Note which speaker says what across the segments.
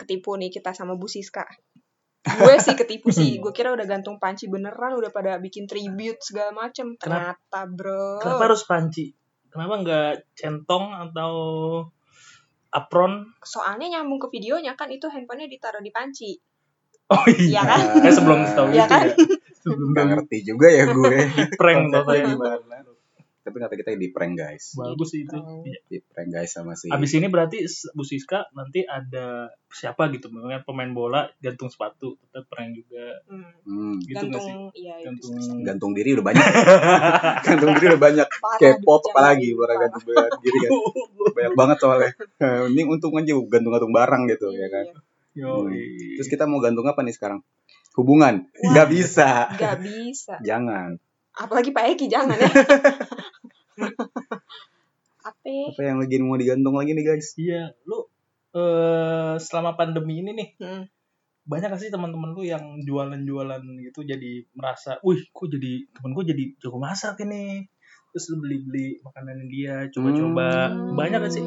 Speaker 1: ketipu nih kita sama Bu Siska. Gue sih ketipu
Speaker 2: Hmm.
Speaker 1: sih. Gue kira udah gantung panci beneran, udah pada bikin tribute segala macem.
Speaker 2: Kenapa-
Speaker 1: Ternyata bro.
Speaker 2: Kenapa harus panci? Kenapa nggak centong atau apron?
Speaker 1: Soalnya nyambung ke videonya kan itu handphonenya ditaruh di panci.
Speaker 2: Oh
Speaker 1: Iya kan?
Speaker 2: Eh, sebelum tahu
Speaker 1: Iya
Speaker 2: itu
Speaker 1: kan? Iya
Speaker 2: ya. Sebelum
Speaker 3: Nggak ngerti juga ya gue.
Speaker 2: di prank
Speaker 1: kan?
Speaker 3: Konsepnya
Speaker 2: totalnya.
Speaker 3: gimana? Tapi kata kita di prank guys.
Speaker 2: Bagus sih itu.
Speaker 1: Prank.
Speaker 2: Iya.
Speaker 3: Di prank guys sama si
Speaker 2: Abis ini berarti S- Bu Siska nanti ada siapa gitu, misalnya pemain bola gantung sepatu, tetap prank juga
Speaker 1: Hmm.
Speaker 3: Hmm,
Speaker 2: gitu nggak sih?
Speaker 1: Gantung, iya itu.
Speaker 2: Gantung
Speaker 3: gantung diri udah banyak. gantung diri udah banyak.
Speaker 1: Parah,
Speaker 3: K-pop
Speaker 1: di-
Speaker 3: apalagi
Speaker 1: parah.
Speaker 3: barang gantung diri kan. Banyak banget soalnya. Ini untung aja gantung-gantung barang gitu ya kan.
Speaker 1: Iya.
Speaker 2: Yoi.
Speaker 3: Terus kita mau gantung apa nih sekarang? Hubungan. Nggak bisa.
Speaker 1: Gak bisa.
Speaker 3: Jangan.
Speaker 1: Apalagi Pak Eki jangan ya. Apa?
Speaker 3: Apa yang lagi mau digantung lagi nih guys?
Speaker 2: Iya, lu eh selama pandemi ini nih
Speaker 1: Hmm.
Speaker 2: banyak gak sih teman-teman lu yang jualan-jualan gitu jadi merasa, wih, kok jadi temen gue jadi jago masak ini. Terus lu beli-beli makanan dia, coba-coba.
Speaker 3: Hmm.
Speaker 2: Eh, Banyak gak sih?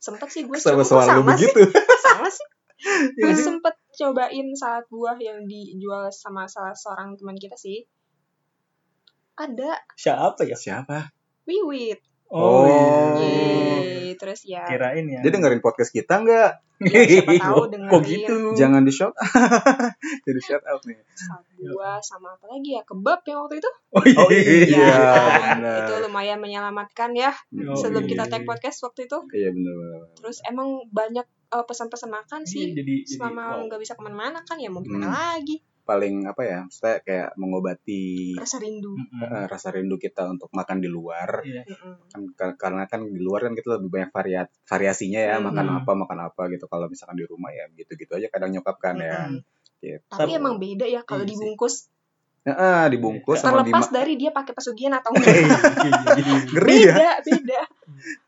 Speaker 1: Sempet sih gue
Speaker 3: Sama
Speaker 1: coba
Speaker 3: suara
Speaker 1: sama
Speaker 3: lu
Speaker 1: sih.
Speaker 3: begitu.
Speaker 1: Sama sih. Gue
Speaker 3: Iya sih.
Speaker 1: sempet cobain salad buah yang dijual sama salah seorang teman kita sih. Ada
Speaker 2: Siapa ya?
Speaker 3: Siapa?
Speaker 1: wiwit.
Speaker 3: Oh.
Speaker 1: Yeay. Terus ya.
Speaker 2: iya. Kirain ya.
Speaker 3: Dia dengerin podcast kita nggak?
Speaker 1: ya siapa tahu iya. dengerin
Speaker 2: Kok gitu?
Speaker 3: Jangan di shout Jadi shout out nih.
Speaker 1: salad buah sama apa lagi ya kebab yang waktu itu.
Speaker 3: Oh iya.
Speaker 1: Ya,
Speaker 3: benar.
Speaker 1: itu lumayan menyelamatkan ya
Speaker 2: Oh,
Speaker 1: sebelum
Speaker 2: iya,
Speaker 1: kita
Speaker 2: iya.
Speaker 1: take podcast waktu itu.
Speaker 3: Iya benar benar.
Speaker 1: Terus emang banyak eh, pesan-pesan makan
Speaker 2: Iya,
Speaker 1: sih.
Speaker 2: jadi jadi
Speaker 1: Selama
Speaker 2: wow.
Speaker 1: nggak bisa kemana-mana kan ya mau gimana
Speaker 3: Hmm.
Speaker 1: lagi.
Speaker 3: Paling apa ya? Saya kayak mengobati
Speaker 1: Rasa rindu.
Speaker 2: Mm-mm.
Speaker 3: eh, rasa rindu kita untuk makan di luar.
Speaker 2: Iya.
Speaker 1: Mm-mm.
Speaker 3: Kan- ka- karena kan di luar kan kita lebih banyak variat variasinya ya
Speaker 1: Hmm.
Speaker 3: makan apa makan apa gitu. Kalau misalkan di rumah ya gitu-gitu aja kadang nyokap kan ya.
Speaker 1: Mm-mm.
Speaker 3: Gitu.
Speaker 1: Hmm. Tapi emang beda ya kalau
Speaker 3: Iya sih.
Speaker 1: dibungkus.
Speaker 3: Heeh, dibungkus sama di
Speaker 1: Terlepas dari dia pakai pesugihan atau enggak.
Speaker 3: Iya, Ngeri ya.
Speaker 1: beda, beda.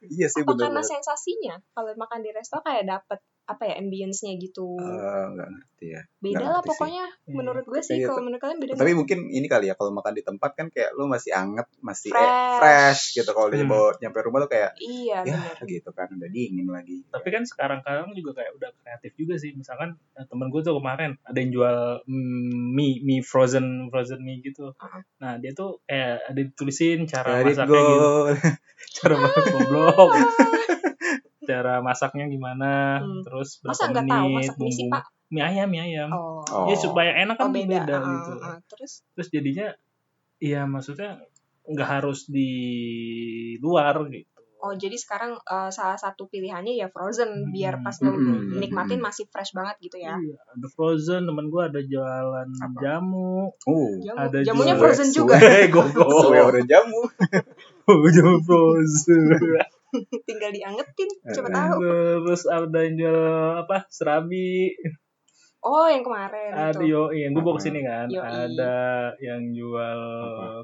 Speaker 3: Iya sih
Speaker 1: Apa
Speaker 3: benar.
Speaker 1: karena sensasinya kalau makan di resto kayak dapet apa ya ambience-nya gitu.
Speaker 3: Enggak ngerti ya.
Speaker 1: beda
Speaker 3: Eh, nggak
Speaker 1: lah
Speaker 3: ngerti sih.
Speaker 1: pokoknya menurut gue sih
Speaker 3: Iya,
Speaker 1: kalau menurut kalian beda
Speaker 3: Tapi mungkin ini kali ya kalau makan di tempat kan kayak lu masih anget, masih eh,
Speaker 1: Fresh.
Speaker 3: fresh gitu kalau dia
Speaker 2: Hmm.
Speaker 3: bawa nyampe rumah tuh kayak
Speaker 1: Iya
Speaker 3: ya
Speaker 1: benar.
Speaker 3: gitu kan udah dingin lagi.
Speaker 2: tapi kan sekarang-kadang juga kayak udah kreatif juga sih misalkan eh, temen gue tuh kemarin ada yang jual mm, mie mie frozen frozen mie gitu
Speaker 1: Heeh.
Speaker 2: nah dia tuh kayak ada ditulisin cara
Speaker 3: Let it
Speaker 2: masaknya
Speaker 3: go.
Speaker 2: gitu cara masak
Speaker 3: Oh,
Speaker 2: goblok
Speaker 3: iya.
Speaker 2: cara masaknya gimana
Speaker 1: Hmm.
Speaker 2: terus berapa
Speaker 1: Masa nggak tahu
Speaker 2: menit
Speaker 1: masak mie sih
Speaker 2: bumbu
Speaker 1: pak?
Speaker 2: mie ayam mie ayam
Speaker 1: Oh,
Speaker 3: Oh.
Speaker 2: ya supaya enak
Speaker 1: Oh,
Speaker 2: kan beda,
Speaker 1: beda. Ah,
Speaker 2: gitu
Speaker 1: ah, ah. Terus
Speaker 2: terus jadinya iya maksudnya nggak harus di luar gitu
Speaker 1: oh jadi sekarang eh, salah satu pilihannya ya frozen biar
Speaker 2: Hmm.
Speaker 1: pas lo
Speaker 3: Hmm.
Speaker 1: nikmatin masih fresh banget gitu ya.
Speaker 2: Iya, ada frozen, temen gue ada jualan
Speaker 3: Apa?
Speaker 2: jamu.
Speaker 3: Oh.
Speaker 1: Jamu,
Speaker 2: Ada
Speaker 1: jamunya
Speaker 2: juga.
Speaker 1: frozen juga.
Speaker 2: Eh,
Speaker 3: Oh,
Speaker 2: goblok.
Speaker 3: udah jamu.
Speaker 2: jamu frozen.
Speaker 1: Tinggal diangetin, coba
Speaker 3: Eh,
Speaker 1: tahu.
Speaker 2: Terus ada yang jual apa? Serabi.
Speaker 1: Oh, yang kemarin
Speaker 2: Ada
Speaker 1: itu.
Speaker 2: yo, yang gue bawa
Speaker 3: Apa?
Speaker 2: kesini kan.
Speaker 1: Yoi.
Speaker 2: Ada yang jual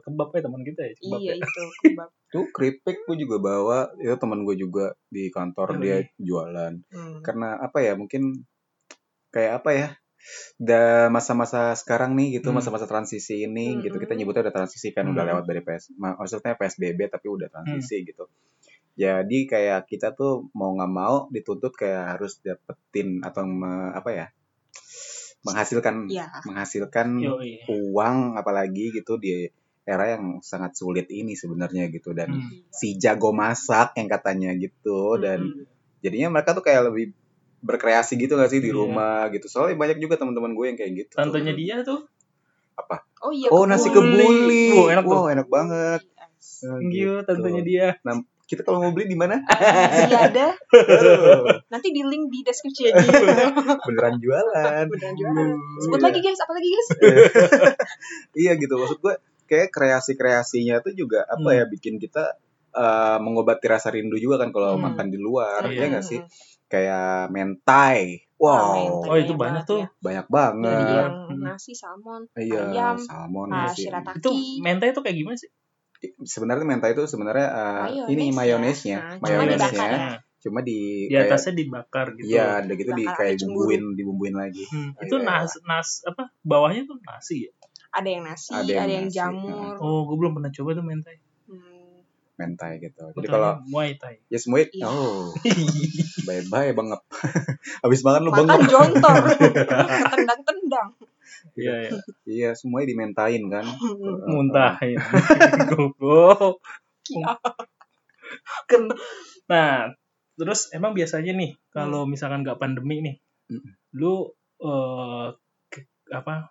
Speaker 2: kebab ya teman kita ya. Kebab
Speaker 1: Iya
Speaker 2: ya.
Speaker 1: itu kebab.
Speaker 3: Tuh keripik gue juga bawa, itu teman gue juga di kantor
Speaker 2: Yoi.
Speaker 3: dia jualan.
Speaker 1: Hmm.
Speaker 3: Karena apa ya mungkin kayak apa ya? Da masa-masa sekarang nih gitu,
Speaker 2: Hmm.
Speaker 3: masa-masa transisi ini gitu. Kita
Speaker 1: Mm-mm.
Speaker 3: nyebutnya udah transisi kan, udah
Speaker 2: Hmm.
Speaker 3: lewat dari PS ma- maksudnya PSBB tapi udah transisi gitu. Jadi kayak kita tuh mau nggak mau dituntut kayak harus dapetin atau me- apa ya? menghasilkan
Speaker 1: Iya.
Speaker 3: menghasilkan
Speaker 2: Yoi.
Speaker 3: uang apalagi gitu di era yang sangat sulit ini sebenarnya gitu dan
Speaker 2: Hmm.
Speaker 3: si jago masak yang katanya gitu dan
Speaker 1: Mm-mm.
Speaker 3: jadinya mereka tuh kayak lebih berkreasi gitu gak sih di
Speaker 2: Iya.
Speaker 3: rumah gitu soalnya banyak juga teman-teman gue yang kayak gitu tuh.
Speaker 2: Tantenya dia tuh
Speaker 1: Oh iya.
Speaker 3: oh nasi
Speaker 2: kebuli.
Speaker 3: kebuli
Speaker 2: Wow, enak tuh.
Speaker 3: wow enak banget Nah, gitu.
Speaker 2: Gio, tantenya dia.
Speaker 3: kita kalau mau beli di mana
Speaker 1: Iya ada.
Speaker 3: Aduh,
Speaker 1: Nanti di link di deskripsi aja.
Speaker 3: Iya. beneran jualan
Speaker 1: Beneran jualan. Sebut
Speaker 3: Iya.
Speaker 1: lagi guys, apa lagi guys?
Speaker 3: iya gitu maksud gue kayak kreasi kreasinya tuh juga apa
Speaker 2: Hmm.
Speaker 3: ya bikin kita eh, mengobati rasa rindu juga kan kalau
Speaker 1: Hmm.
Speaker 3: makan di luar
Speaker 2: Iya.
Speaker 3: ya nggak sih kayak mentai wow
Speaker 1: Ah, mentai.
Speaker 2: Oh,
Speaker 1: Banyak
Speaker 2: itu banyak
Speaker 1: banget
Speaker 2: tuh.
Speaker 1: ya.
Speaker 3: banyak
Speaker 1: Dari
Speaker 3: banget
Speaker 2: Iya.
Speaker 1: yang
Speaker 2: Hmm.
Speaker 1: nasi salmon,
Speaker 3: iya
Speaker 1: ayam,
Speaker 3: salmon
Speaker 1: ah,
Speaker 3: sih.
Speaker 1: shirataki.
Speaker 2: Itu mentai tuh kayak gimana sih?
Speaker 3: sebenarnya mentai itu sebenarnya eh,
Speaker 1: Mayones
Speaker 3: ini
Speaker 1: ya.
Speaker 3: mayonesnya
Speaker 1: Nah,
Speaker 2: Oh,
Speaker 1: cuma
Speaker 3: mayonesnya
Speaker 1: dibakar ya.
Speaker 3: cuma di
Speaker 2: Di
Speaker 3: kayak
Speaker 2: atasnya dibakar gitu.
Speaker 3: iya ada gitu di
Speaker 1: Dibakar
Speaker 3: kayak
Speaker 1: sampai cemburu.
Speaker 3: bumbuin dibumbuin lagi
Speaker 2: Hmm, Itu
Speaker 3: Iya.
Speaker 2: nas, nas apa? Bawahnya tuh nasi ya?
Speaker 1: Ada yang nasi,
Speaker 3: Ada
Speaker 1: ada
Speaker 3: yang
Speaker 1: yang,
Speaker 3: nasi,
Speaker 1: jamur.
Speaker 2: Oh, gue belum pernah coba tuh mentai.
Speaker 1: Hmm.
Speaker 3: mentai gitu. Jadi
Speaker 2: Putranya
Speaker 3: kalau
Speaker 2: Muay Thai.
Speaker 3: ya semuanya
Speaker 1: Iya.
Speaker 3: oh bye bye bangep. Habis makan lu
Speaker 1: Makan
Speaker 3: bangep.
Speaker 1: jontor. Tendang-tendang.
Speaker 2: Iya, iya.
Speaker 3: Iya, semuanya dimentain kan.
Speaker 2: Hmm. Muntahin. ya. Goblok. Iya.
Speaker 1: Kia.
Speaker 2: Nah, Hmm. terus emang biasanya nih kalau misalkan nggak pandemi nih,
Speaker 3: Mm.
Speaker 2: lu eh, ke- apa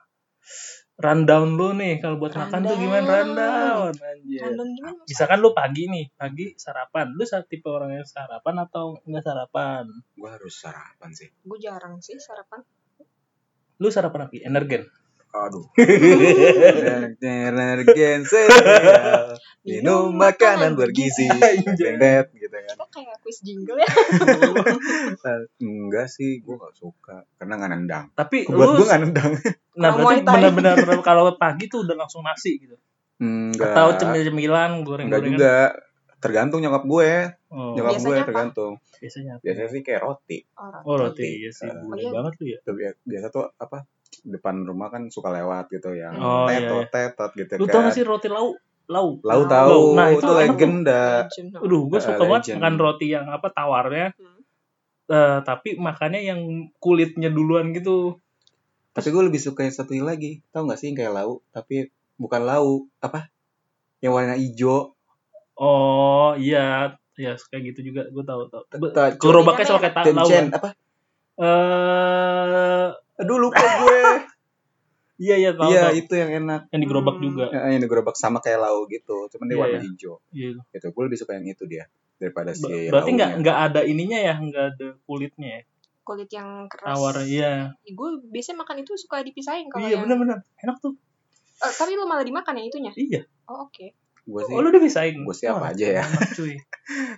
Speaker 2: rundown lu nih kalau buat makan tuh gimana
Speaker 1: Rundown.
Speaker 2: rundown anjir.
Speaker 1: Random gimana? Mas?
Speaker 2: Misalkan lu pagi nih, pagi sarapan. Lu sa- tipe orang yang sarapan atau enggak sarapan?
Speaker 3: Gua harus sarapan sih.
Speaker 1: Gue jarang sih sarapan.
Speaker 2: Lu sarapan apa? Energen.
Speaker 3: Aduh. Energen sel. Minum makanan bergizi.
Speaker 2: Iya,
Speaker 3: Dengdet gitu kan.
Speaker 1: Kita kayak kuis jingle ya.
Speaker 3: Enggak sih, gua gak suka karena nggak nendang.
Speaker 2: Tapi
Speaker 3: Buat
Speaker 2: lu
Speaker 3: gua nggak nendang.
Speaker 2: nah
Speaker 1: Kalau
Speaker 2: berarti
Speaker 1: Muay Thai.
Speaker 2: benar-benar kalau pagi tuh udah langsung nasi gitu.
Speaker 3: Enggak.
Speaker 2: Atau cemil-cemilan,
Speaker 3: Enggak
Speaker 2: goreng-gorengan.
Speaker 3: juga. Tergantung nyokap gue,
Speaker 2: Oh,
Speaker 3: nyokap gue
Speaker 1: Biasanya apa?
Speaker 3: tergantung.
Speaker 2: biasanya apa?
Speaker 3: Biasanya sih kayak roti.
Speaker 1: Orang.
Speaker 2: Oh, roti.
Speaker 3: Roti.
Speaker 2: Iya sih,
Speaker 3: Eh,
Speaker 2: bule
Speaker 1: iya.
Speaker 2: banget lu ya.
Speaker 3: Tuh, bia- Biasa tuh apa? Depan rumah kan suka lewat gitu yang
Speaker 2: Oh, iya,
Speaker 3: tetot tetot gitu
Speaker 2: Lu
Speaker 3: kan.
Speaker 2: tau gak sih roti lau? Lau.
Speaker 3: Lau
Speaker 1: Lau.
Speaker 3: tahu,
Speaker 2: Nah,
Speaker 3: itu,
Speaker 2: itu enak.
Speaker 3: legenda.
Speaker 1: Legend.
Speaker 2: Aduh, gue
Speaker 3: Ah,
Speaker 2: suka banget
Speaker 3: legend.
Speaker 2: makan roti yang apa tawarnya.
Speaker 1: Hmm.
Speaker 2: Eh, tapi makannya yang kulitnya duluan gitu.
Speaker 3: Tapi gue lebih suka yang satu lagi. Tahu nggak sih yang kayak lau, tapi bukan lau, apa? Yang warna hijau.
Speaker 2: Oh, iya. Ya, kayak gitu juga. Gue tau, tau.
Speaker 3: Ta- ta-
Speaker 2: Gerobaknya sama kayak ta-
Speaker 3: Cen
Speaker 2: lau. kan?
Speaker 3: cen apa?
Speaker 2: Eh,
Speaker 3: Aduh lupa gue.
Speaker 2: iya, iya, tau, tau.
Speaker 3: Iya itu yang enak.
Speaker 2: Yang digerobak
Speaker 1: Hmm.
Speaker 2: juga.
Speaker 3: Eh, Yang gerobak sama kayak lau gitu, cuman dia
Speaker 2: Iya,
Speaker 3: warna
Speaker 2: iya.
Speaker 3: hijau.
Speaker 2: Iya.
Speaker 3: Gitu. Gue lebih suka yang itu dia daripada si
Speaker 2: Ba-
Speaker 3: launya.
Speaker 2: Berarti nggak nggak ada ininya ya, nggak ada kulitnya ya.
Speaker 1: Kulit yang keras.
Speaker 2: Tawar, iya.
Speaker 1: Gue biasanya makan itu suka dipisahin kalau
Speaker 2: Iya,
Speaker 1: yang-
Speaker 2: benar-benar. Enak tuh.
Speaker 1: Eh, tapi lo malah dimakan ya itunya.
Speaker 2: Iya.
Speaker 1: Oh, oke.
Speaker 3: Gue Iya sih.
Speaker 2: Oh, lu udah bisain.
Speaker 3: Gua sih apa
Speaker 2: Wah,
Speaker 3: aja ya.
Speaker 2: enak, cuy.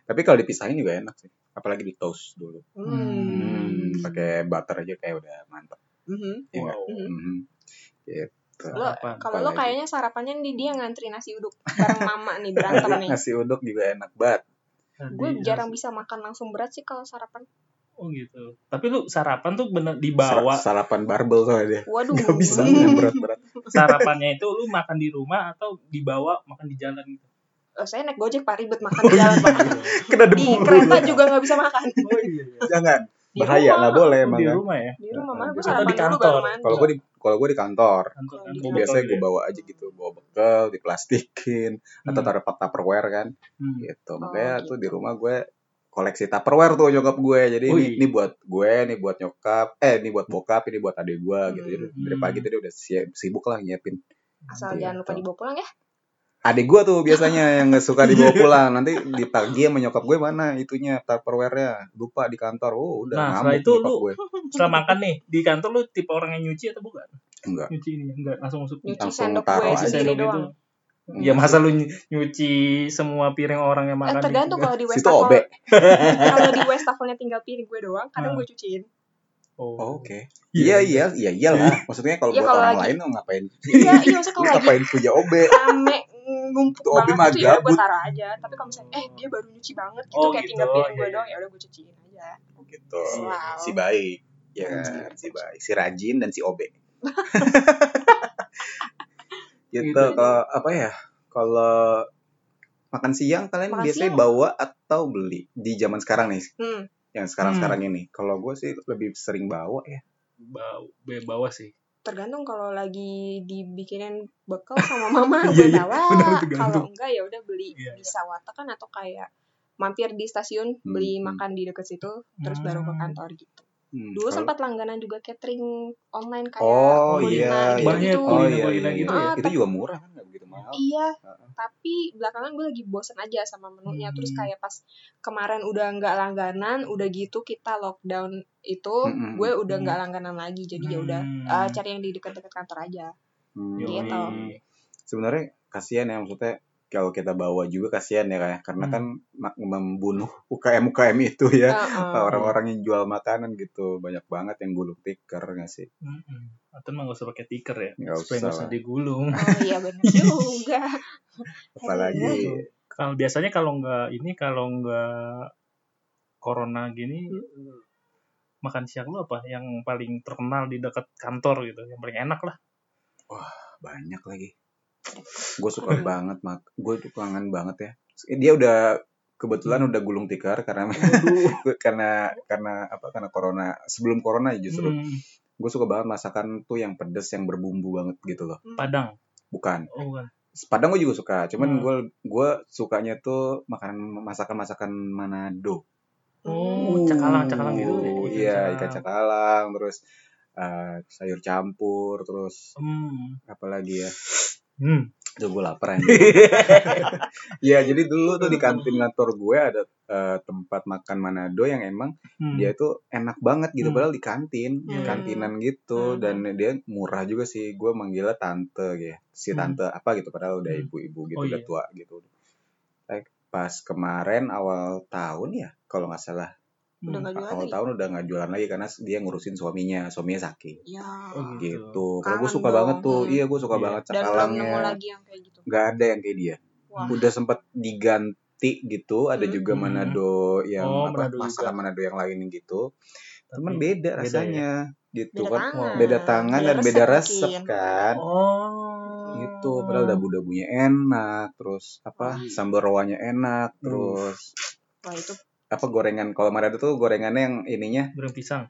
Speaker 3: Tapi kalau dipisahin juga enak sih. Apalagi di toast dulu.
Speaker 2: Hmm.
Speaker 3: Hmm, pakai butter aja kayak udah mantep.
Speaker 1: Mhm.
Speaker 3: Iya nggak?
Speaker 2: Wow.
Speaker 1: Mhm.
Speaker 3: Mhm. Gitu.
Speaker 1: Lo
Speaker 2: Sarapan.
Speaker 1: kalau lo
Speaker 3: Apalagi?
Speaker 1: kayaknya sarapannya nih dia ngantri nasi uduk bareng mama nih berantem nih.
Speaker 3: Nasi uduk juga enak banget.
Speaker 2: Tadi
Speaker 1: Gue
Speaker 2: harus-
Speaker 1: jarang bisa makan langsung berat sih kalau sarapan.
Speaker 2: Oh gitu. Tapi lu sarapan tuh bener dibawa.
Speaker 3: Sar- sarapan barbel soalnya dia.
Speaker 1: Waduh.
Speaker 3: Gak bisa
Speaker 1: Hmm.
Speaker 3: yang berat-berat.
Speaker 2: Sarapannya itu lu makan di rumah atau dibawa makan di jalan gitu.
Speaker 1: Eh, saya naik gojek pak ribet
Speaker 3: Oh,
Speaker 1: makan di jalan
Speaker 3: iya.
Speaker 1: Pak.
Speaker 3: Kena
Speaker 1: Di
Speaker 3: debu.
Speaker 1: kereta juga nggak bisa makan.
Speaker 2: Oh iya. iya.
Speaker 3: Jangan.
Speaker 1: Di
Speaker 3: Bahaya
Speaker 1: rumah.
Speaker 3: nggak boleh
Speaker 2: Lu
Speaker 3: emang.
Speaker 2: Di
Speaker 3: kan.
Speaker 2: rumah ya.
Speaker 1: Di rumah mana gue
Speaker 3: Atau
Speaker 1: sarapan
Speaker 2: di
Speaker 1: dulu
Speaker 2: kantor.
Speaker 1: baru mandi.
Speaker 3: Kalau gue di kalau gue di kantor,
Speaker 2: Kantor
Speaker 1: Di
Speaker 2: kantor
Speaker 3: biasanya
Speaker 2: gitu
Speaker 3: gue
Speaker 2: ya.
Speaker 3: bawa aja gitu, bawa bekal, diplastikin, atau
Speaker 2: Hmm.
Speaker 3: taruh pot tupperware kan,
Speaker 2: Hmm.
Speaker 3: gitu. Makanya
Speaker 1: gitu.
Speaker 3: tuh di rumah gue koleksi tupperware tuh nyokap gue. Jadi ini,
Speaker 2: Wih.
Speaker 3: ini buat gue, ini buat nyokap, eh ini buat bokap, ini buat adik gue gitu. Jadi dari
Speaker 2: Hmm.
Speaker 3: pagi tuh dia udah siap, sibuk lah nyiapin.
Speaker 1: Asal
Speaker 3: Gitu.
Speaker 1: jangan lupa dibawa pulang ya.
Speaker 3: Adik gue tuh biasanya yang nggak suka
Speaker 2: Iya.
Speaker 3: dibawa pulang. Nanti ditagih sama nyokap gue mana itunya tupperware-nya. Lupa di kantor. Oh, udah
Speaker 2: Nah,
Speaker 3: ngamuk
Speaker 2: setelah itu
Speaker 3: nyokap
Speaker 2: lu-
Speaker 3: gue.
Speaker 2: Setelah makan nih di kantor lu tipe orang yang nyuci atau bukan?
Speaker 3: Enggak.
Speaker 2: Nyuci ini enggak langsung masuk.
Speaker 1: Nyuci
Speaker 3: Langsung
Speaker 1: sendok
Speaker 3: taruh
Speaker 1: gue
Speaker 3: aja.
Speaker 1: sendiri
Speaker 2: Sendok itu.
Speaker 1: doang.
Speaker 2: Ya
Speaker 3: Iya,
Speaker 2: masa lu nyu- nyuci semua piring orang yang
Speaker 1: Eh,
Speaker 2: makan.
Speaker 1: tergantung
Speaker 2: gitu.
Speaker 1: kalau di
Speaker 3: Situ
Speaker 1: wastafel.
Speaker 3: obek.
Speaker 1: kalau di wastafelnya tinggal piring gue doang, kadang
Speaker 2: Hmm.
Speaker 1: gue cuciin.
Speaker 2: Oh.
Speaker 3: Oke. Iya iya iya iyalah. Maksudnya kalau
Speaker 1: Iya,
Speaker 3: buat
Speaker 1: kalau
Speaker 3: orang
Speaker 1: lagi-
Speaker 3: lain lo ngapain?
Speaker 1: Iya, iya maksudnya
Speaker 3: Lu
Speaker 1: kalau lagi
Speaker 3: ngapain punya OB?
Speaker 1: rame ngumpul
Speaker 3: Tuh, Obi mah
Speaker 1: banget tuh ya gue
Speaker 3: gabut.
Speaker 1: taruh aja. Tapi kalau misalnya eh dia baru nyuci banget gitu
Speaker 2: Oh,
Speaker 1: kayak
Speaker 2: gitu.
Speaker 1: tinggal piring gue
Speaker 2: Iya,
Speaker 1: doang ya udah gue cuciin aja.
Speaker 3: Gitu.
Speaker 1: Wow. Iya,
Speaker 3: Si baik. Ya kan, si baik, si rajin dan si OB. gitu
Speaker 2: Gitu.
Speaker 3: kalau apa ya? Kalau makan siang kalian
Speaker 1: Makan
Speaker 3: biasanya
Speaker 1: siang.
Speaker 3: bawa atau beli di zaman sekarang nih
Speaker 1: Hmm.
Speaker 3: yang sekarang-sekarang ini. Kalau gue sih lebih sering bawa ya.
Speaker 2: Bau, bawa sih.
Speaker 1: Tergantung kalau lagi dibikinin bekal sama mama
Speaker 2: Iya,
Speaker 1: gue
Speaker 2: iya,
Speaker 1: bawa.
Speaker 2: benar, tergantung.
Speaker 1: Kalau enggak ya udah beli
Speaker 2: Iya, iya.
Speaker 1: bisa watak kan atau kayak mampir di stasiun
Speaker 3: Hmm,
Speaker 1: beli
Speaker 3: hmm.
Speaker 1: makan di deket situ terus baru ke
Speaker 2: Hmm.
Speaker 1: kantor gitu.
Speaker 3: Hmm,
Speaker 1: Dulu
Speaker 3: kalau-
Speaker 1: sempat langganan juga catering online kayak gitu.
Speaker 3: Oh
Speaker 1: Kulina
Speaker 3: iya, iya.
Speaker 2: Banyak
Speaker 1: gitu-gitu.
Speaker 3: oh
Speaker 2: kulina-
Speaker 3: iya,
Speaker 2: kulina
Speaker 3: iya,
Speaker 2: gitu
Speaker 3: iya.
Speaker 1: ya.
Speaker 3: Itu juga murah kan nggak begitu mahal.
Speaker 1: Iya,
Speaker 3: Heeh.
Speaker 1: tapi belakangan gue lagi bosen aja sama menunya. Terus
Speaker 2: Hmm.
Speaker 1: kayak pas kemarin udah nggak langganan, udah gitu kita lockdown itu,
Speaker 3: Mm-mm.
Speaker 1: gue udah
Speaker 2: Hmm.
Speaker 1: nggak langganan lagi. Jadi ya udah
Speaker 2: Hmm.
Speaker 1: eh, cari yang di dekat-dekat kantor aja.
Speaker 3: Hmm.
Speaker 1: Iya,
Speaker 2: Yoi.
Speaker 1: tau.
Speaker 3: sebenarnya kasihan ya maksudnya kalau kita bawa juga kasihan ya kayak karena
Speaker 2: Hmm.
Speaker 3: kan ma- membunuh UKM UKM itu ya
Speaker 2: Oh.
Speaker 1: Heeh.
Speaker 3: orang-orang yang jual makanan gitu banyak banget yang gulung tikar nggak sih
Speaker 2: Mm-mm. Atau mah gak usah pakai tiker ya.
Speaker 3: Nggak
Speaker 2: Supaya nggak
Speaker 3: usah
Speaker 2: usah
Speaker 3: lah.
Speaker 2: digulung.
Speaker 1: Oh iya benar juga.
Speaker 3: apalagi
Speaker 2: Iya. Kalau biasanya kalau nggak ini kalau nggak corona gini makan siang lu apa yang paling terkenal di dekat kantor gitu yang paling enak lah Hmm.
Speaker 3: banyak lagi gue suka banget mak gue tuh kangen banget ya dia udah
Speaker 2: Hmm.
Speaker 3: kebetulan udah gulung tikar karena karena karena apa karena corona sebelum corona ya justru
Speaker 2: Hmm,
Speaker 3: gue suka banget masakan tuh yang pedes yang berbumbu banget gitu loh
Speaker 2: Padang.
Speaker 3: bukan
Speaker 2: Oh, bukan.
Speaker 3: Padang gue juga suka
Speaker 2: Hmm.
Speaker 3: cuman gue gue sukanya tuh makanan masakan masakan Manado
Speaker 2: Oh,
Speaker 1: Hmm.
Speaker 2: cakalang, cakalang gitu.
Speaker 3: Uh, iya ikan cakalang terus eh, sayur campur terus
Speaker 2: Hmm.
Speaker 3: apalagi ya
Speaker 2: Hmm.
Speaker 3: Tuh gue lapar aja. ya jadi dulu tuh di kantin kantor gue ada eh, tempat makan Manado yang emang
Speaker 2: hmm.
Speaker 3: dia tuh enak banget gitu
Speaker 2: Hmm.
Speaker 3: padahal di kantin
Speaker 1: Hmm.
Speaker 3: kantinan gitu
Speaker 1: Hmm.
Speaker 3: dan dia murah juga sih gue manggilnya tante ya si
Speaker 2: Hmm.
Speaker 3: tante apa gitu padahal udah
Speaker 2: Hmm.
Speaker 3: ibu-ibu gitu
Speaker 2: Oh,
Speaker 3: udah
Speaker 2: iya.
Speaker 3: tua gitu Eh, pas kemarin awal tahun ya kalau nggak salah
Speaker 2: Hmm.
Speaker 1: Udah nggak ya? jualan
Speaker 3: awal
Speaker 1: lagi.
Speaker 3: tahun udah nggak jualan lagi karena dia ngurusin suaminya suaminya sakit
Speaker 1: Ya.
Speaker 2: Oh, gitu.
Speaker 3: gitu kalau gue
Speaker 1: Kangen
Speaker 3: suka
Speaker 1: dong.
Speaker 3: banget tuh
Speaker 1: Hmm.
Speaker 3: iya gue suka
Speaker 2: Iya.
Speaker 3: banget
Speaker 1: Dan belum nemu
Speaker 3: cakalangnya
Speaker 1: lagi yang kayak gitu.
Speaker 3: nggak ada yang kayak dia
Speaker 1: Wah.
Speaker 3: udah sempat diganti gitu ada
Speaker 1: Hmm.
Speaker 3: juga
Speaker 2: Hmm.
Speaker 3: Manado yang
Speaker 2: Oh,
Speaker 3: apa
Speaker 2: Manado
Speaker 3: masakan
Speaker 2: juga.
Speaker 3: Manado yang lain gitu cuman
Speaker 2: Tapi-
Speaker 3: beda
Speaker 2: beda ya.
Speaker 3: rasanya gitu
Speaker 1: Beda
Speaker 3: kan
Speaker 1: tangan.
Speaker 3: beda tangan dan beda resep
Speaker 1: mungkin.
Speaker 3: kan
Speaker 2: Oh.
Speaker 3: gitu padahal dabu-dabunya enak terus apa
Speaker 2: Wah.
Speaker 3: sambal rawanya enak
Speaker 2: Uh.
Speaker 3: terus
Speaker 1: Wah, itu
Speaker 3: apa gorengan kalau Manado tuh gorengannya yang ininya
Speaker 2: Goreng pisang.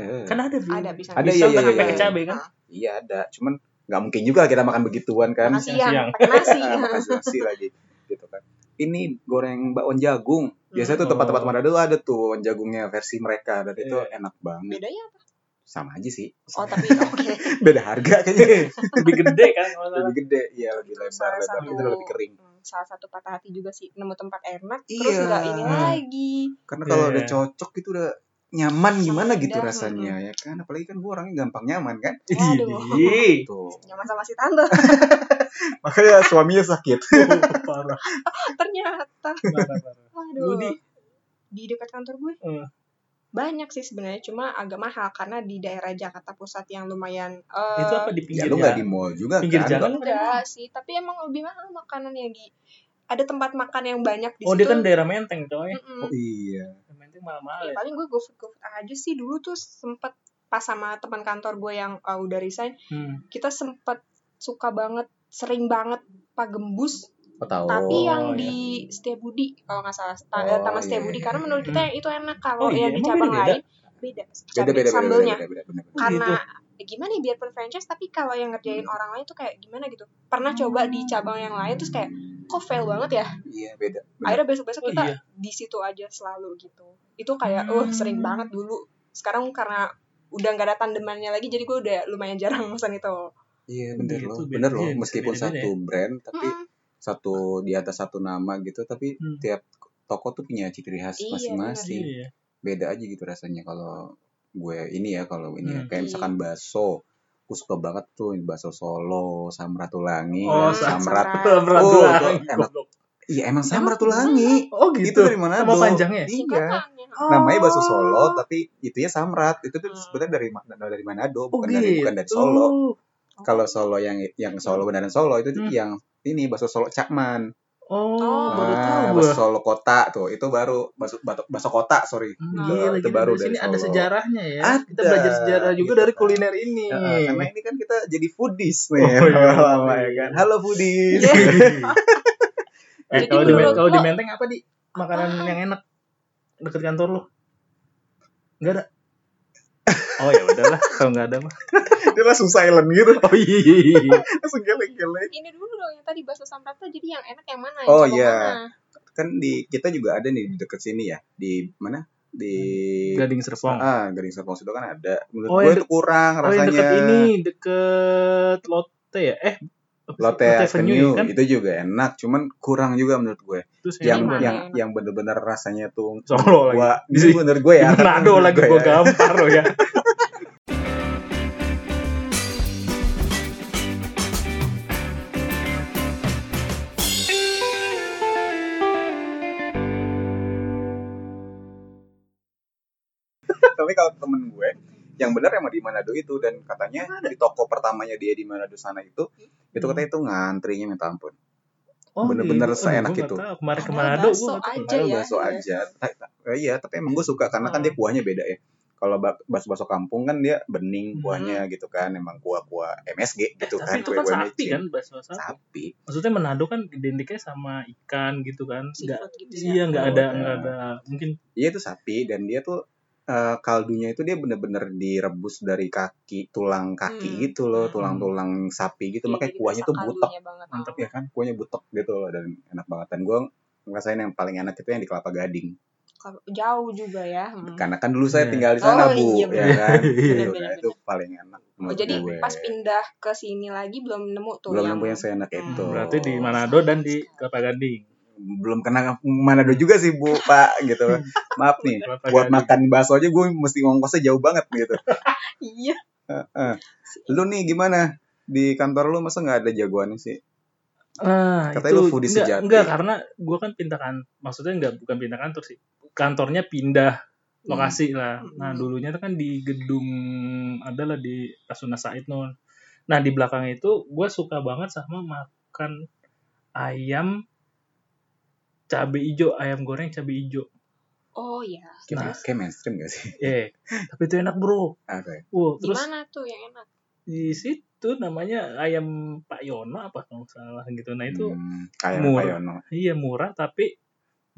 Speaker 3: eh,
Speaker 2: Kan ada Bi.
Speaker 1: ada pisang.
Speaker 3: Ada,
Speaker 1: Pisang
Speaker 3: iya, iya,
Speaker 1: tapi
Speaker 3: iya,
Speaker 1: pakai
Speaker 3: iya.
Speaker 1: cabai kan?
Speaker 3: iya ada cuman nggak mungkin juga kita makan begituan kan
Speaker 1: Makan siang,
Speaker 2: Siang.
Speaker 1: pakai nasi.
Speaker 3: Ah, makan nasi lagi gitu kan ini goreng bakwan jagung biasanya tuh
Speaker 2: Hmm.
Speaker 3: tempat-tempat Manado tuh ada tuh bakwan jagungnya versi mereka dan itu
Speaker 2: Iya.
Speaker 3: enak banget
Speaker 1: Bedanya apa?
Speaker 3: sama aja sih
Speaker 1: Oh, tapi oke.
Speaker 3: beda harga kayaknya
Speaker 2: Lebih gede kan kalau salah.
Speaker 3: lebih gede iya lebih
Speaker 1: Itu
Speaker 3: lebar
Speaker 1: salah
Speaker 3: lebar
Speaker 2: gitu,
Speaker 1: satu-
Speaker 3: itu lebih kering
Speaker 1: Hmm, Salah satu patah hati juga sih nemu tempat enak terus
Speaker 3: Iya.
Speaker 1: nggak ini
Speaker 2: Hmm.
Speaker 1: lagi.
Speaker 3: karena
Speaker 2: Iya,
Speaker 3: kalau
Speaker 2: iya.
Speaker 3: udah cocok itu udah nyaman gimana
Speaker 1: Sama
Speaker 3: gitu
Speaker 1: lidah,
Speaker 3: rasanya ya kan apalagi kan gue orangnya gampang nyaman kan
Speaker 1: Waduh.
Speaker 2: Ih,
Speaker 3: tuh
Speaker 1: Nyaman sama si tante
Speaker 3: makanya suaminya sakit
Speaker 2: parah.
Speaker 1: ternyata.
Speaker 2: parah, parah.
Speaker 1: Waduh.
Speaker 2: Lu di
Speaker 1: di dekat kantor gue
Speaker 2: Eh.
Speaker 1: banyak sih sebenarnya cuma agak mahal karena di daerah Jakarta Pusat yang lumayan eh,
Speaker 2: itu apa di
Speaker 3: ya
Speaker 2: pinggir
Speaker 3: lu nggak di mall
Speaker 2: Iya.
Speaker 3: juga
Speaker 2: Pinggir
Speaker 3: kan
Speaker 2: jalan.
Speaker 1: enggak sih tapi emang lebih mahal makanan ya di ada tempat makan yang banyak di
Speaker 2: Oh,
Speaker 1: situ
Speaker 2: dia kan daerah Menteng, coy.
Speaker 1: Mm-mm.
Speaker 3: Oh, iya
Speaker 2: Daerah Menteng mahal-mahal ya.
Speaker 1: paling gue gofood gofood aja sih dulu tuh sempet pas sama teman kantor gue yang eh, udah resign
Speaker 2: Hmm.
Speaker 1: kita sempet suka banget sering banget pagembus
Speaker 3: oh, tahu
Speaker 1: tapi yang
Speaker 2: iya.
Speaker 1: di Setiabudi kalau nggak salah ta-
Speaker 3: Oh,
Speaker 1: Taman
Speaker 3: iya,
Speaker 1: Setiabudi
Speaker 3: iya,
Speaker 1: karena
Speaker 3: iya.
Speaker 1: menurut kita yang itu enak kalau
Speaker 2: Oh, iya,
Speaker 1: yang di
Speaker 2: emang
Speaker 1: cabang
Speaker 2: beda-beda?
Speaker 1: lain beda,
Speaker 3: beda
Speaker 1: cabai
Speaker 3: beda beda
Speaker 1: sambelnya
Speaker 3: beda beda beda beda.
Speaker 1: karena
Speaker 2: gitu. Hmm.
Speaker 1: eh, gimana ya biar franchise tapi kalau yang ngerjain orang lain tuh kayak gimana gitu pernah coba di cabang yang lain terus kayak kok fail banget ya
Speaker 3: Hmm. iya beda bener.
Speaker 1: akhirnya besok besok
Speaker 2: Hmm. Oh,
Speaker 1: kita
Speaker 2: iya.
Speaker 1: di situ aja selalu gitu itu kayak uh sering
Speaker 2: Hmm.
Speaker 1: banget dulu sekarang karena udah nggak ada tandemannya lagi jadi gue udah lumayan jarang pesan itu
Speaker 3: Iya bener
Speaker 2: Gitu,
Speaker 3: loh,
Speaker 2: beda-
Speaker 3: bener loh.
Speaker 2: iya,
Speaker 3: Meskipun
Speaker 2: beda-beda
Speaker 3: satu brand, tapi
Speaker 1: Mm-mm.
Speaker 3: satu di atas satu nama gitu, tapi
Speaker 2: Hmm.
Speaker 3: tiap toko tuh punya ciri khas
Speaker 1: Iya,
Speaker 3: masing-masing.
Speaker 2: Iya.
Speaker 3: Beda aja gitu rasanya kalau gue ini ya, kalau ini ya.
Speaker 2: Hmm.
Speaker 3: Kayak misalkan bakso, gue suka banget tuh bakso Solo, Samratulangi,
Speaker 2: Oh,
Speaker 1: Sam-
Speaker 3: Samrat.
Speaker 1: Samrat.
Speaker 2: Berat
Speaker 3: Oh,
Speaker 2: doang.
Speaker 3: tuh enak.
Speaker 2: Goblok.
Speaker 3: Iya emang Samratulangi.
Speaker 2: Oh,
Speaker 3: Itu
Speaker 2: gitu.
Speaker 3: dari mana?
Speaker 2: Nama panjangnya?
Speaker 3: Iya.
Speaker 1: Singkatannya.
Speaker 2: Oh,
Speaker 3: Namanya bakso Solo, tapi itunya Samrat. Itu tuh
Speaker 1: Hmm.
Speaker 3: sebenarnya dari Ma- dari
Speaker 2: Oh,
Speaker 3: Manado, bukan dari bukan dari Solo
Speaker 1: Oh.
Speaker 3: kalau Solo yang yang Solo beneran Solo itu
Speaker 2: Hmm.
Speaker 3: yang ini bakso Solo Cakman.
Speaker 2: Oh, baru
Speaker 1: Ah,
Speaker 2: tahu
Speaker 3: bakso
Speaker 2: gua.
Speaker 3: Solo kota tuh. Itu baru bakso bato- bakso kota, sorry.
Speaker 2: Hmm,
Speaker 3: Itu,
Speaker 2: Gila,
Speaker 3: itu
Speaker 2: gila.
Speaker 3: baru
Speaker 2: Di
Speaker 3: dari
Speaker 2: sini
Speaker 3: Solo.
Speaker 2: ada sejarahnya ya. Kita
Speaker 3: Ada,
Speaker 2: belajar sejarah juga
Speaker 3: gitu
Speaker 2: dari
Speaker 3: kan.
Speaker 2: kuliner ini.
Speaker 3: Ya, eh, karena ini kan kita jadi foodies nih.
Speaker 2: Iya. Oh, iya.
Speaker 3: lama-lama ya kan. Halo
Speaker 1: Iya.
Speaker 3: foodies.
Speaker 2: Eh,
Speaker 1: Jadi
Speaker 2: kalau di
Speaker 1: menurut Ah.
Speaker 2: kalau di
Speaker 1: lo-
Speaker 2: Menteng apa di makanan
Speaker 1: Apaan?
Speaker 2: yang enak deket kantor lo? Enggak ada. Oh ya udahlah, kalau nggak ada mah.
Speaker 3: Dia langsung silent gitu.
Speaker 2: Oh iya.
Speaker 3: Langsung geleng-geleng.
Speaker 1: ini dulu dong yang tadi bakso samrat tuh jadi yang enak yang mana yang
Speaker 3: Oh,
Speaker 1: cabang
Speaker 3: iya.
Speaker 1: mana?
Speaker 3: Kan di kita juga ada nih di deket sini ya. Di mana? Di
Speaker 2: Gading Serpong.
Speaker 3: Ah, Gading Serpong situ kan ada. Menurut
Speaker 2: Oh,
Speaker 3: gue
Speaker 2: yang
Speaker 3: itu kurang
Speaker 2: Oh yang
Speaker 3: rasanya.
Speaker 2: deket ini, deket Lotte ya? Eh, apa sih?
Speaker 3: Lotte Avenue
Speaker 2: kan? Iya,
Speaker 3: itu juga enak, cuman kurang juga menurut gue.
Speaker 2: Terus
Speaker 3: yang
Speaker 1: Yang mana
Speaker 3: yang
Speaker 1: yang enak?
Speaker 3: yang bener-bener rasanya tuh
Speaker 2: Solo lagi.
Speaker 3: gua ini bener gue ya.
Speaker 2: Di Manado
Speaker 3: Menurut
Speaker 2: Oh, iya. lagi
Speaker 3: gue
Speaker 2: gua
Speaker 3: ya.
Speaker 2: gampar
Speaker 1: Oh,
Speaker 2: lo ya.
Speaker 1: iya.
Speaker 3: Tapi kalau temen gue yang bener emang di Manado itu dan katanya di toko pertamanya dia di Manado sana itu itu
Speaker 2: Hmm.
Speaker 3: katanya itu ngantrinya minta ampun.
Speaker 2: Oh,
Speaker 3: Bener-bener
Speaker 2: iya. Aduh,
Speaker 3: seenak
Speaker 2: gua nggak
Speaker 3: itu.
Speaker 2: tahu. Kemarin ke
Speaker 1: Padahal
Speaker 2: Manado
Speaker 1: bakso
Speaker 2: gua nggak tahu.
Speaker 1: aja.
Speaker 3: Padahal
Speaker 1: ya,
Speaker 3: bakso
Speaker 1: iya.
Speaker 3: aja. Ta- ta- eh, Iya, tapi emang gue suka karena kan dia kuahnya beda ya. kalau ba- bakso-bakso kampung kan dia
Speaker 2: Hmm.
Speaker 3: bening kuahnya gitu kan emang kuah-kuah MSG gitu
Speaker 2: Tapi
Speaker 3: kan
Speaker 2: itu kan
Speaker 3: kue-kue
Speaker 2: sapi
Speaker 3: micin.
Speaker 2: kan bakso sapi.
Speaker 3: sapi
Speaker 2: Maksudnya Manado kan identiknya sama ikan gitu kan. Enggak
Speaker 1: Seafood gitu ya.
Speaker 2: iya nggak ada
Speaker 3: Oh,
Speaker 2: nggak
Speaker 3: ya.
Speaker 2: ada mungkin
Speaker 3: iya itu sapi dan dia tuh eh, kaldunya itu dia bener-bener direbus dari kaki tulang
Speaker 1: Hmm.
Speaker 3: kaki gitu loh
Speaker 1: Hmm.
Speaker 3: tulang-tulang sapi
Speaker 1: Iya,
Speaker 3: gitu makanya
Speaker 1: jadi
Speaker 3: kuahnya
Speaker 1: rasa
Speaker 3: tuh butek
Speaker 1: kaldunya banget.
Speaker 2: Mantep
Speaker 3: ya kan kuahnya butek gitu loh dan enak banget dan gue ngerasain yang paling enak itu yang di Kelapa Gading
Speaker 1: Kalau- Jauh juga ya. Hmm.
Speaker 3: karena kan dulu saya
Speaker 2: Iya.
Speaker 3: tinggal di sana
Speaker 1: Oh,
Speaker 3: bu
Speaker 1: iya,
Speaker 3: ya
Speaker 1: bener.
Speaker 3: kan Gitu,
Speaker 1: Bener,
Speaker 3: nah,
Speaker 1: bener,
Speaker 3: itu paling enak
Speaker 1: Oh,
Speaker 3: menurut
Speaker 1: jadi
Speaker 3: gue.
Speaker 1: pas pindah ke sini lagi belum nemu tuh
Speaker 3: belum
Speaker 1: yang
Speaker 3: nemu yang saya enak itu
Speaker 1: Oh.
Speaker 2: berarti di Manado dan di Kelapa Gading.
Speaker 3: belum kena Manado juga sih bu pak gitu maaf nih
Speaker 2: Kelapa
Speaker 3: buat
Speaker 2: Gading.
Speaker 3: makan bakso aja gue mesti ongkosnya jauh banget gitu
Speaker 1: Iya.
Speaker 3: Heeh. lu nih gimana di kantor lu masa nggak ada jagoannya sih
Speaker 2: Ah,
Speaker 3: Katanya
Speaker 2: itu
Speaker 3: lu foodie
Speaker 2: enggak,
Speaker 3: sejati.
Speaker 2: enggak karena gua kan pindah kan maksudnya enggak bukan pindah kantor sih. Kantornya pindah
Speaker 3: Hmm.
Speaker 2: lokasi lah. Nah,
Speaker 1: Hmm.
Speaker 2: dulunya tuh kan di gedung adalah di Rasuna Said Nun. Nah, di belakang itu gue suka banget sama makan ayam cabe ijo, ayam goreng cabe ijo.
Speaker 1: Oh ya.
Speaker 3: kayak,
Speaker 2: Nah.
Speaker 3: kayak mainstream gak sih
Speaker 2: Eh, tapi itu enak, Bro.
Speaker 3: apa ya?
Speaker 2: Wow,
Speaker 1: Di
Speaker 2: terus
Speaker 1: mana tuh yang enak?
Speaker 2: di situ namanya ayam Pak Yono apa kalau nggak salah gitu. Nah, itu
Speaker 3: Hmm, kayak
Speaker 2: mur-
Speaker 3: Payono
Speaker 2: Iya murah tapi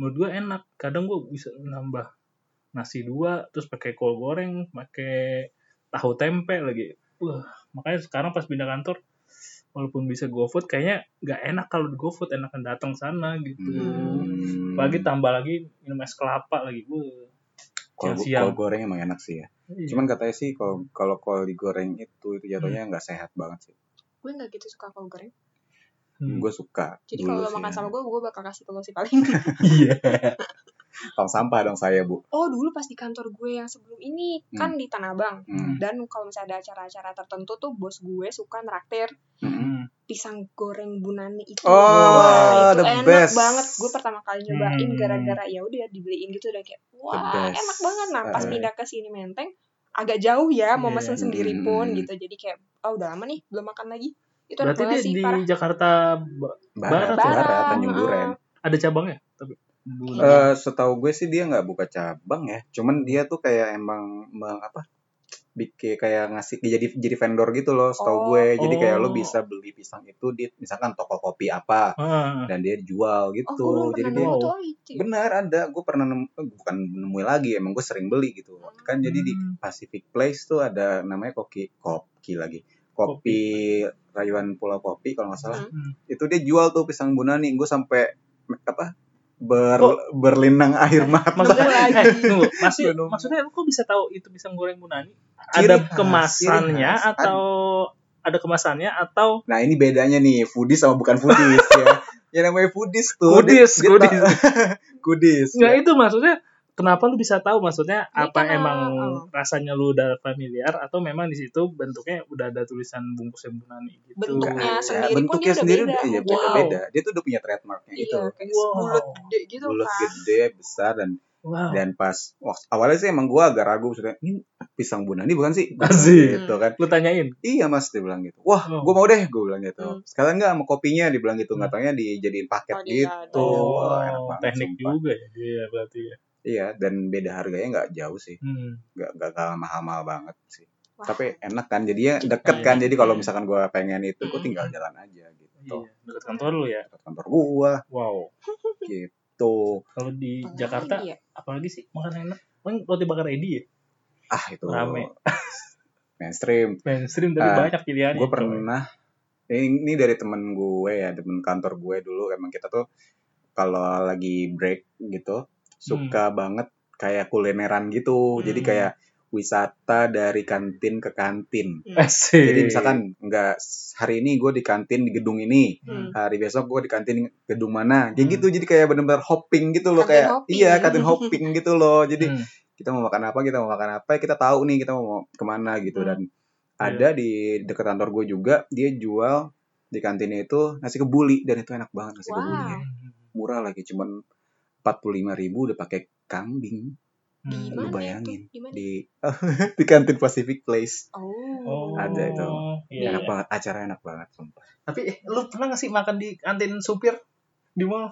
Speaker 2: menurut gue enak. Kadang gue bisa nambah nasi dua terus pakai kol goreng, pakai tahu tempe lagi. Wah, makanya sekarang pas pindah kantor walaupun bisa GoFood kayaknya nggak enak kalau di GoFood enakan datang sana gitu.
Speaker 3: Hmm.
Speaker 2: Pagi tambah lagi minum es kelapa lagi. Wah,
Speaker 3: Kol-
Speaker 2: siang-siang.
Speaker 3: kol goreng emang enak sih ya
Speaker 2: iya.
Speaker 3: cuman katanya sih kalau kalau kol digoreng itu itu jatuhnya nggak sehat banget sih
Speaker 1: Gue nggak gitu suka kol goreng.
Speaker 2: Hmm.
Speaker 3: gue suka
Speaker 1: Jadi
Speaker 3: dulu
Speaker 1: kalau lo
Speaker 3: sih. ya.
Speaker 1: makan sama gue, gue bakal kasih ke lo sih paling.
Speaker 2: iya.
Speaker 3: tong sampah dong saya bu
Speaker 1: Oh dulu pas di kantor gue yang sebelum ini
Speaker 3: Hmm.
Speaker 1: kan di Tanah Abang.
Speaker 3: Hmm.
Speaker 1: Dan kalau misalnya ada acara-acara tertentu tuh bos gue suka nraktir
Speaker 2: Hmm.
Speaker 1: pisang goreng bunani itu.
Speaker 3: Oh,
Speaker 1: Wah, itu
Speaker 3: the
Speaker 1: enak
Speaker 3: best.
Speaker 1: banget. Gue pertama kali nyobain
Speaker 2: Hmm.
Speaker 1: gara-gara ya udah dibeliin gitu dan kayak wah,
Speaker 3: best.
Speaker 1: enak banget. Nah, pas
Speaker 3: Eh.
Speaker 1: pindah ke sini Menteng agak jauh ya mau
Speaker 2: Iya.
Speaker 1: mesen sendiri pun
Speaker 3: Hmm.
Speaker 1: gitu. Jadi kayak oh udah lama nih belum makan lagi. Itu enak
Speaker 2: Berarti dia
Speaker 1: banget sih
Speaker 2: di
Speaker 1: parah. Oh,
Speaker 2: Jakarta ba-
Speaker 3: barat
Speaker 2: Barat,
Speaker 3: barat
Speaker 1: ya?
Speaker 3: Tanjung Duren
Speaker 2: ada cabangnya tapi
Speaker 1: Iya.
Speaker 2: Bunani.
Speaker 3: Eh, setahu gue sih dia nggak buka cabang ya cuman dia tuh kayak emang meng- apa bikin kayak ngasih jadi jadi vendor gitu loh setahu
Speaker 1: Oh.
Speaker 3: gue jadi kayak lo
Speaker 2: Oh.
Speaker 3: bisa beli pisang itu di misalkan toko kopi apa
Speaker 2: Ah.
Speaker 3: dan dia jual
Speaker 1: Oh,
Speaker 3: gitu
Speaker 1: gue belum
Speaker 3: jadi
Speaker 1: pernah
Speaker 3: dia
Speaker 1: nemu tuh oh, itu. ya.
Speaker 3: benar ada gue pernah nemu eh, bukan nemuin lagi emang gue sering beli gitu kan jadi di
Speaker 2: Hmm.
Speaker 3: Pacific Place tuh ada namanya koki koki lagi kopi, rayuan pulau kopi kalau nggak salah
Speaker 2: Hmm.
Speaker 3: itu dia jual tuh pisang bunani gue sampai me- apa ber,
Speaker 2: Kok-
Speaker 3: berlinang air mata
Speaker 2: maksudnya
Speaker 1: Nemu lagi.
Speaker 2: eh, tunggu masih
Speaker 3: Nemu.
Speaker 2: maksudnya kok bisa tahu itu pisang goreng Bunani
Speaker 3: Ciri
Speaker 2: ada
Speaker 3: khas,
Speaker 2: kemasannya
Speaker 3: ciri khas.
Speaker 2: atau ada kemasannya atau
Speaker 3: nah ini bedanya nih foodies sama bukan foodies ya yang namanya foodies tuh
Speaker 2: kudis
Speaker 3: dia- dia
Speaker 2: kudis
Speaker 3: ta- kudis
Speaker 2: nggak
Speaker 3: ya.
Speaker 2: itu maksudnya kenapa lu bisa tahu maksudnya
Speaker 1: Ya,
Speaker 2: apa
Speaker 1: karena-
Speaker 2: emang
Speaker 1: oh.
Speaker 2: rasanya lu udah familiar atau memang di situ bentuknya udah ada tulisan bungkusnya Bunani gitu
Speaker 1: Bentuknya
Speaker 3: Nggak ada.
Speaker 1: sendiri pun
Speaker 3: bentuknya
Speaker 1: dia udah
Speaker 3: sendiri
Speaker 1: beda.
Speaker 3: udah- iya,
Speaker 1: Wow.
Speaker 3: beda-beda dia tuh udah punya trademarknya itu
Speaker 1: Iya, kayak
Speaker 2: Wow.
Speaker 1: bulat gede gitu
Speaker 3: gitu. bulat
Speaker 1: kan.
Speaker 3: gede besar dan
Speaker 1: Oh.
Speaker 2: wow
Speaker 3: dan pas waktu- awalnya sih emang gue agak ragu maksudnya ini pisang bunani bukan sih Gua
Speaker 2: Asik.
Speaker 3: gitu
Speaker 1: Hmm.
Speaker 3: kan
Speaker 2: lu tanyain
Speaker 3: iya mas dia bilang gitu wah
Speaker 2: Oh.
Speaker 3: gue mau deh gue bilang gitu
Speaker 1: Hmm.
Speaker 3: sekalian nggak sama kopinya dia bilang gitu nggak
Speaker 2: Hmm.
Speaker 3: taunya dijadiin paket
Speaker 1: Oh,
Speaker 3: gitu
Speaker 1: dijadiin.
Speaker 2: oh
Speaker 3: Wah, enak banget,
Speaker 2: teknik
Speaker 3: sumpah.
Speaker 2: juga ya iya berarti ya
Speaker 3: iya dan beda harganya nggak jauh sih
Speaker 2: hmm.
Speaker 3: nggak nggak nggak mahal-mahal banget sih
Speaker 1: Wah.
Speaker 3: tapi enak kan jadinya
Speaker 1: Jadi
Speaker 3: deket
Speaker 2: enak.
Speaker 3: kan jadi kalau
Speaker 2: Hmm.
Speaker 3: misalkan gue pengen itu gue
Speaker 1: Hmm.
Speaker 3: tinggal jalan aja
Speaker 2: iya
Speaker 3: gitu
Speaker 2: dekat kantor lu ya
Speaker 3: Ke kantor gue
Speaker 2: wow
Speaker 3: gitu
Speaker 2: kalau di
Speaker 1: Apalagi
Speaker 2: Jakarta
Speaker 1: ya?
Speaker 2: apalagi sih makan enak paling roti bakar Edi ya
Speaker 3: ah itu
Speaker 2: Rame.
Speaker 3: mainstream
Speaker 2: mainstream tapi
Speaker 3: Ah,
Speaker 2: banyak
Speaker 1: Kan
Speaker 2: pilihannya gitu.
Speaker 3: gue
Speaker 1: gitu.
Speaker 3: pernah ini ini dari temen gue ya temen kantor gue dulu emang kita tuh kalau lagi break gitu suka banget kayak kulineran gitu jadi
Speaker 1: Hmm.
Speaker 3: kayak wisata dari kantin ke kantin
Speaker 1: Hmm.
Speaker 2: Asik.
Speaker 3: jadi misalkan
Speaker 1: iya.
Speaker 3: nggak hari ini gue di kantin di gedung ini
Speaker 1: Hmm.
Speaker 3: hari besok gue di kantin gedung mana kayak
Speaker 2: Hmm.
Speaker 3: gitu jadi kayak bener-bener hopping gitu loh
Speaker 1: Kantin
Speaker 3: kayak
Speaker 1: hopping. ya.
Speaker 3: iya kantin hopping gitu loh jadi
Speaker 2: Hmm.
Speaker 3: kita mau makan apa kita mau makan apa kita tahu nih kita mau kemana gitu
Speaker 1: Hmm.
Speaker 3: dan ada di dekat kantor gue juga dia jual di kantinnya itu nasi kebuli dan itu enak banget nasi
Speaker 1: Wow.
Speaker 3: kebulinya murah lagi cuman 45.000 ribu udah pakai kambing
Speaker 1: Di
Speaker 2: Hmm.
Speaker 3: lu
Speaker 1: mana
Speaker 3: bayangin
Speaker 1: itu? Di mana?
Speaker 3: di di kantin Pacific Place
Speaker 1: Oh.
Speaker 3: Ada itu.
Speaker 2: iya,
Speaker 3: enak
Speaker 2: iya.
Speaker 3: banget acara enak banget sumpah
Speaker 2: tapi eh, lu pernah gak sih makan di kantin supir di mall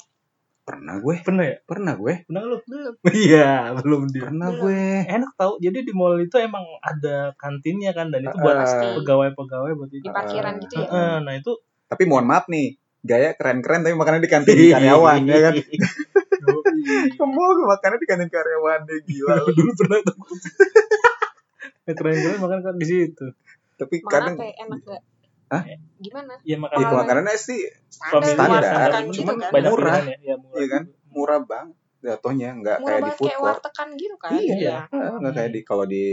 Speaker 3: Pernah gue,
Speaker 2: Pernah ya?
Speaker 3: pernah gue.
Speaker 2: Pernah lu?
Speaker 1: belum
Speaker 2: Iya, belum dia.
Speaker 3: Pernah
Speaker 1: Belum.
Speaker 3: gue.
Speaker 2: Enak tau, jadi di mall itu emang ada kantinnya kan, dan itu
Speaker 3: Ah,
Speaker 2: buat
Speaker 1: Pasti.
Speaker 2: pegawai-pegawai buat itu.
Speaker 1: di parkiran gitu ya
Speaker 2: Heeh, nah itu
Speaker 3: Tapi mohon maaf nih, gaya keren-keren tapi makannya di kantin
Speaker 1: Iya.
Speaker 3: karyawan ya kan.
Speaker 2: Yoi.
Speaker 3: Kemau gue makannya di kantin karyawan deh gila. lu.
Speaker 2: dulu pernah tuh. Ya, keren-keren makan kan di situ.
Speaker 3: Tapi
Speaker 1: makan
Speaker 3: kadang
Speaker 1: apa ya? enak gak
Speaker 3: Hah?
Speaker 1: gimana
Speaker 2: Ya
Speaker 3: ya
Speaker 2: makanan
Speaker 1: Iya,
Speaker 3: makanannya sih
Speaker 1: standar,
Speaker 3: Standar,
Speaker 1: makan gitu
Speaker 3: cuman
Speaker 1: kan
Speaker 2: banyak
Speaker 3: murah.
Speaker 2: pilihan ya, ya murah.
Speaker 3: Iya kan? murah bang jatuhnya nggak
Speaker 1: murah
Speaker 3: kayak di
Speaker 1: banget
Speaker 3: food
Speaker 1: kayak
Speaker 3: court
Speaker 1: wartekan gitu kan
Speaker 3: Iya.
Speaker 1: Iya.
Speaker 3: Ah, nggak kayak
Speaker 2: Hmm.
Speaker 3: di kalau di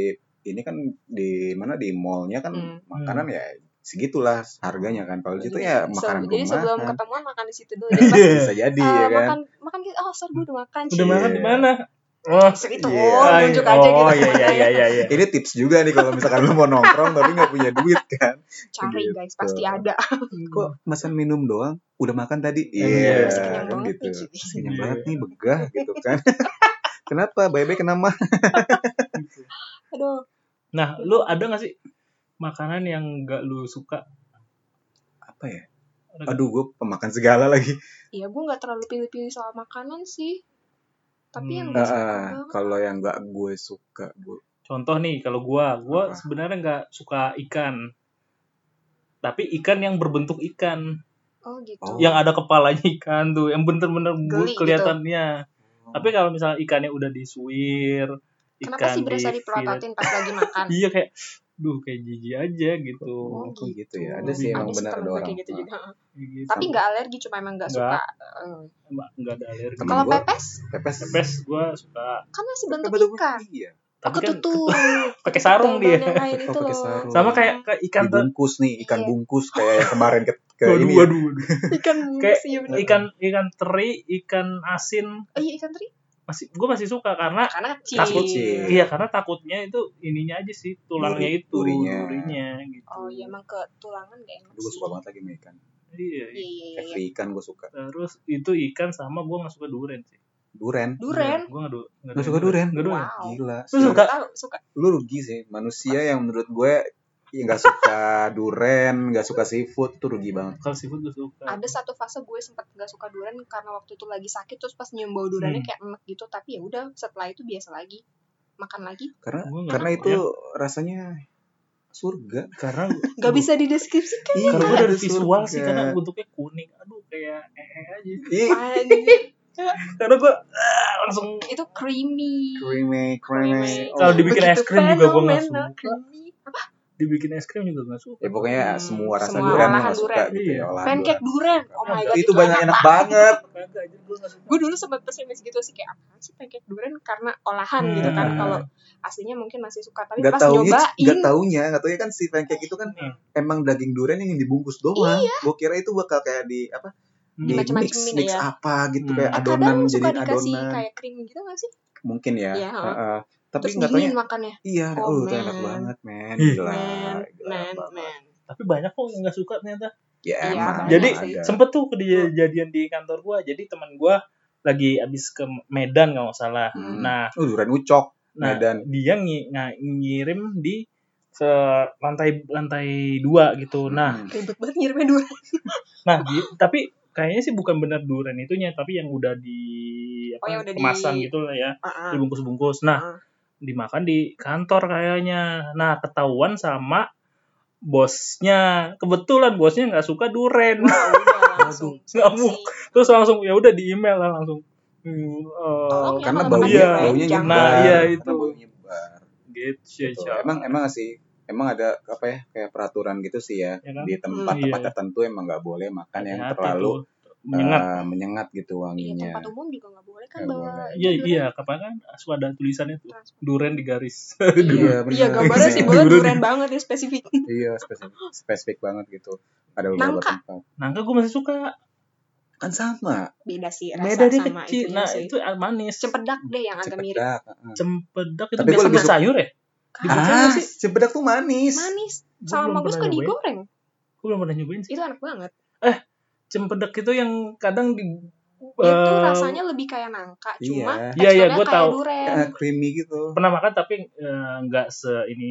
Speaker 3: ini kan di mana di mallnya kan
Speaker 1: Hmm.
Speaker 3: makanan ya segitulah harganya kan kalau di situ
Speaker 1: Jadi,
Speaker 3: ya
Speaker 1: se-
Speaker 3: makanan
Speaker 1: Iya. jadi sebelum
Speaker 3: rumahan
Speaker 1: ketemuan makan di situ dulu jadi pas,
Speaker 2: Iya.
Speaker 3: bisa jadi
Speaker 1: eh,
Speaker 3: ya kan
Speaker 1: makan makan gitu oh sorry gue udah makan sih
Speaker 2: Udah makan
Speaker 3: Iya.
Speaker 2: di mana? Oh,
Speaker 1: segitu
Speaker 3: Iya.
Speaker 1: oh nunjuk aja gitu
Speaker 2: Oh, iya iya iya iya. iya.
Speaker 3: ini tips juga nih kalau misalkan lu mau nongkrong tapi nggak punya duit kan
Speaker 1: cari
Speaker 3: Gitu.
Speaker 1: guys pasti ada
Speaker 3: kok pesan minum doang udah makan tadi
Speaker 2: Iya,
Speaker 3: iya
Speaker 1: Masih kenyang
Speaker 3: kan
Speaker 1: banget
Speaker 3: gitu
Speaker 1: nih, Ci.
Speaker 3: kenyang
Speaker 2: Iya.
Speaker 3: banget nih begah gitu kan kenapa bye-bye kenapa
Speaker 1: aduh
Speaker 2: Nah, lu ada gak sih makanan yang gak lu suka?
Speaker 3: apa ya aduh gue pemakan segala lagi
Speaker 1: ya gue nggak terlalu pilih-pilih soal makanan sih tapi yang
Speaker 2: Hmm.
Speaker 1: gue
Speaker 3: Ah,
Speaker 1: suka
Speaker 3: ah,
Speaker 1: banget
Speaker 3: kalau yang nggak gue suka gue
Speaker 2: Contoh nih, kalau gua, gua
Speaker 3: Apa?
Speaker 2: sebenarnya nggak suka ikan. Tapi ikan yang berbentuk ikan,
Speaker 1: oh gitu
Speaker 3: Oh.
Speaker 2: yang ada kepalanya ikan tuh, yang bener-bener bu-
Speaker 1: Geli gitu.
Speaker 2: kelihatannya.
Speaker 3: oh,
Speaker 2: Tapi kalau misalnya ikannya udah disuir, ikan
Speaker 1: kenapa sih berasa
Speaker 3: iya.
Speaker 2: di-
Speaker 1: dipelototin pas lagi makan
Speaker 2: Iya kayak, duh kayak jijik aja gitu.
Speaker 1: Oh,
Speaker 3: Kok gitu ya?
Speaker 2: Ada sih emang
Speaker 3: benar
Speaker 1: temen
Speaker 3: ada
Speaker 1: gue
Speaker 3: orang.
Speaker 1: kayak gitu juga.
Speaker 2: Gitu.
Speaker 1: tapi nggak alergi cuma emang nggak suka
Speaker 2: Nggak.
Speaker 1: Eh,
Speaker 2: Nggak- nggak ada alergi.
Speaker 3: Temen
Speaker 1: kalau
Speaker 3: gua-
Speaker 1: pepes
Speaker 3: pepes
Speaker 2: Pepes gua suka.
Speaker 1: kan masih
Speaker 3: Pepes
Speaker 1: bentuk
Speaker 3: betul-
Speaker 1: ikan
Speaker 3: iya
Speaker 1: aku
Speaker 2: Tapi kan
Speaker 1: tutup
Speaker 2: pakai sarung dia.
Speaker 1: Yang lain
Speaker 3: Oh,
Speaker 1: itu
Speaker 3: pakai
Speaker 1: loh.
Speaker 3: sarung.
Speaker 2: Sama kayak ke ikan ter-
Speaker 3: dibungkus nih ikan
Speaker 1: Iya.
Speaker 3: bungkus kayak yang kemarin ke, ke
Speaker 2: waduh,
Speaker 3: ini ya.
Speaker 2: waduh, waduh.
Speaker 1: ikan
Speaker 2: Kayak-
Speaker 1: bungkus iya bener.
Speaker 2: ikan ikan teri, ikan asin,
Speaker 1: Oh, iya ikan teri
Speaker 2: masih gue masih suka karena
Speaker 1: karena kecil
Speaker 2: Takut
Speaker 3: sih. Iya.
Speaker 2: iya karena takutnya itu ininya aja sih tulangnya
Speaker 3: Duri-
Speaker 2: itu
Speaker 3: durinya.
Speaker 2: gitu
Speaker 1: oh iya emang ke tulangan gak enak
Speaker 3: Aduh, gue
Speaker 1: sih.
Speaker 3: suka banget lagi sama ikan
Speaker 2: iya
Speaker 1: iya iya iya, iya
Speaker 3: every ikan gue suka
Speaker 2: terus itu ikan sama gue nggak suka durian sih
Speaker 3: duren
Speaker 1: duren
Speaker 2: gue nggak du- nggak
Speaker 3: Nggak suka durian?
Speaker 2: nggak durian
Speaker 1: Wow.
Speaker 3: gila
Speaker 2: Lu suka?
Speaker 1: tahu suka
Speaker 3: lu rugi sih manusia yang menurut gue ya, nggak suka duren nggak suka seafood tuh rugi banget
Speaker 2: kalau seafood gue
Speaker 3: Iya.
Speaker 2: suka
Speaker 1: ada satu fase gue sempet gak suka durian karena waktu itu lagi sakit terus pas nyium bau duriannya
Speaker 2: Hmm.
Speaker 1: kayak enak gitu tapi ya udah setelah itu biasa lagi makan lagi
Speaker 3: karena
Speaker 2: Gua nggak
Speaker 3: karena
Speaker 2: suka.
Speaker 3: itu rasanya surga
Speaker 2: karena
Speaker 1: nggak bisa dideskripsikan
Speaker 3: Iya,
Speaker 2: karena gue dari
Speaker 3: surga.
Speaker 2: visual sih karena bentuknya kuning aduh kayak ee aja
Speaker 3: Ih,
Speaker 1: Anjing.
Speaker 2: karena gue langsung
Speaker 1: itu creamy
Speaker 3: creamy creamy
Speaker 2: Kalau
Speaker 3: Oh.
Speaker 2: dibikin
Speaker 1: Begitu
Speaker 2: es krim juga gua nggak
Speaker 1: fenomenal,
Speaker 2: suka.
Speaker 1: creamy.
Speaker 2: dibikin es krim juga nggak suka
Speaker 3: Ya pokoknya
Speaker 1: Hmm,
Speaker 3: semua rasa
Speaker 1: semua
Speaker 3: durian lo
Speaker 1: olahan
Speaker 3: gak suka
Speaker 1: durian.
Speaker 3: gitu
Speaker 2: Iya.
Speaker 3: ya olahan
Speaker 1: pancake
Speaker 3: durian.
Speaker 1: durian oh my god
Speaker 3: itu banyak enak
Speaker 1: apa?
Speaker 3: banget.
Speaker 2: kagak aja gue nggak suka
Speaker 1: gue dulu sempat pesimis gitu sih kayak apa sih pancake durian karena olahan gitu kan
Speaker 2: Hmm.
Speaker 1: kalau aslinya mungkin masih suka tapi
Speaker 3: Gak
Speaker 1: pas
Speaker 3: taunya,
Speaker 1: nyobain
Speaker 3: gak taunya, gak taunya kan si pancake itu kan
Speaker 2: Hmm.
Speaker 3: emang daging durian yang dibungkus doang. Gue kira itu bakal kayak di
Speaker 2: Hmm.
Speaker 3: apa?
Speaker 1: Iya.
Speaker 3: Di
Speaker 1: Dimacem-macemin
Speaker 3: mix, mix
Speaker 1: ya.
Speaker 3: apa gitu
Speaker 2: Hmm.
Speaker 3: kayak
Speaker 2: Eh,
Speaker 1: kadang
Speaker 3: adonan
Speaker 1: suka
Speaker 3: jadi
Speaker 1: dikasih
Speaker 3: adonan
Speaker 1: kayak krim gitu gak sih
Speaker 3: mungkin ya.
Speaker 1: Iya, heeh.
Speaker 3: Heeh. Tapi
Speaker 1: terus
Speaker 3: gak taunya
Speaker 1: dingin makannya
Speaker 3: iya,
Speaker 1: Oh,
Speaker 3: oh, itu enak
Speaker 1: man.
Speaker 3: banget, men.
Speaker 2: Ih.
Speaker 3: Gila.
Speaker 1: men
Speaker 3: gila
Speaker 1: men
Speaker 3: banget.
Speaker 1: men
Speaker 2: tapi banyak kok yang nggak suka ternyata
Speaker 3: Ya,
Speaker 1: Iya,
Speaker 3: emang,
Speaker 1: banyak
Speaker 2: Jadi,
Speaker 3: emang
Speaker 1: sih.
Speaker 3: ada.
Speaker 2: sempet tuh kejadian di kantor gua jadi teman gua lagi abis ke Medan kalau nggak salah
Speaker 3: Hmm.
Speaker 2: nah
Speaker 3: Oh, durian ucok.
Speaker 2: nah
Speaker 3: Medan.
Speaker 2: dia ngi- nga- ngirim di se lantai lantai dua gitu nah
Speaker 3: Hmm.
Speaker 1: ribet banget ngirimnya durian
Speaker 2: nah di- tapi kayaknya sih bukan benar durian itunya tapi yang udah di
Speaker 1: Oh, yang udah
Speaker 2: apa
Speaker 1: di- Ah,
Speaker 2: kemasan gitu lah ya
Speaker 1: Heeh.
Speaker 2: dibungkus-bungkus nah
Speaker 1: Heeh.
Speaker 2: dimakan di kantor kayaknya nah ketahuan sama bosnya kebetulan bosnya nggak suka duren
Speaker 1: Wah, udah langsung Oh,
Speaker 2: nggak
Speaker 1: sensi.
Speaker 2: terus langsung ya udah di email lah langsung hmm, eh,
Speaker 1: Tolong ya,
Speaker 3: Karena
Speaker 1: kalau
Speaker 3: baunya,
Speaker 2: makan durian,
Speaker 3: baunya
Speaker 1: jangan.
Speaker 2: Nah,
Speaker 3: nyebar.
Speaker 2: iya,
Speaker 3: Karena
Speaker 2: itu.
Speaker 3: baunya nyebar.
Speaker 2: gitu sih
Speaker 3: Gitu.
Speaker 2: Cak.
Speaker 3: Emang emang sih, emang ada apa ya kayak peraturan gitu sih ya,
Speaker 2: Ya kan?
Speaker 3: di
Speaker 2: Hmm,
Speaker 3: tempat-tempat
Speaker 2: iya.
Speaker 3: tertentu emang nggak boleh makan yang
Speaker 2: Hati-hati
Speaker 3: terlalu
Speaker 2: tuh, menyengat
Speaker 3: eh, menyengat gitu
Speaker 1: Iya,
Speaker 3: wanginya.
Speaker 1: tempat umum juga gak boleh kan
Speaker 3: Nggak
Speaker 1: bawa
Speaker 3: boleh.
Speaker 2: iya
Speaker 1: durian
Speaker 2: iya kapan kan suka ada tulisannya tuh
Speaker 1: transport.
Speaker 2: duren di garis
Speaker 3: Iya,
Speaker 1: Iya,
Speaker 3: bener.
Speaker 1: iya gambarnya sih banget
Speaker 2: Durian.
Speaker 1: durian banget ya spesifik.
Speaker 3: Iya spesifik, spesifik banget gitu. Ada beberapa
Speaker 1: Nangka.
Speaker 3: tempat.
Speaker 2: nangka gue Nah, masih suka
Speaker 3: Kan sama,
Speaker 1: Beda sih rasa
Speaker 2: beda dia
Speaker 1: sama
Speaker 2: kecil
Speaker 1: itunya
Speaker 2: nah
Speaker 1: sih.
Speaker 2: itu manis
Speaker 1: Cempedak deh yang agak mirip.
Speaker 3: cempedak. heeh.
Speaker 2: cempedak itu
Speaker 3: Tapi gua
Speaker 2: biasa
Speaker 3: lebih suka-
Speaker 2: sayur ya Dimakan
Speaker 3: Ah,
Speaker 2: nggak sih?
Speaker 3: cempedak tuh manis.
Speaker 1: Manis.
Speaker 2: Gua belum
Speaker 1: Sama gue
Speaker 2: pernah
Speaker 1: suka
Speaker 2: nyobain.
Speaker 1: digoreng.
Speaker 2: gue belum pernah nyobain sih
Speaker 1: Itu enak banget.
Speaker 2: cempedak itu yang kadang di
Speaker 1: itu
Speaker 2: eh,
Speaker 1: rasanya lebih kayak nangka,
Speaker 3: Iya.
Speaker 1: cuma
Speaker 2: Iya, iya,
Speaker 1: teksturnya
Speaker 2: gua
Speaker 1: kayak
Speaker 2: tahu.
Speaker 1: durian.
Speaker 3: Eh, creamy gitu.
Speaker 2: pernah makan tapi eh, nggak se ini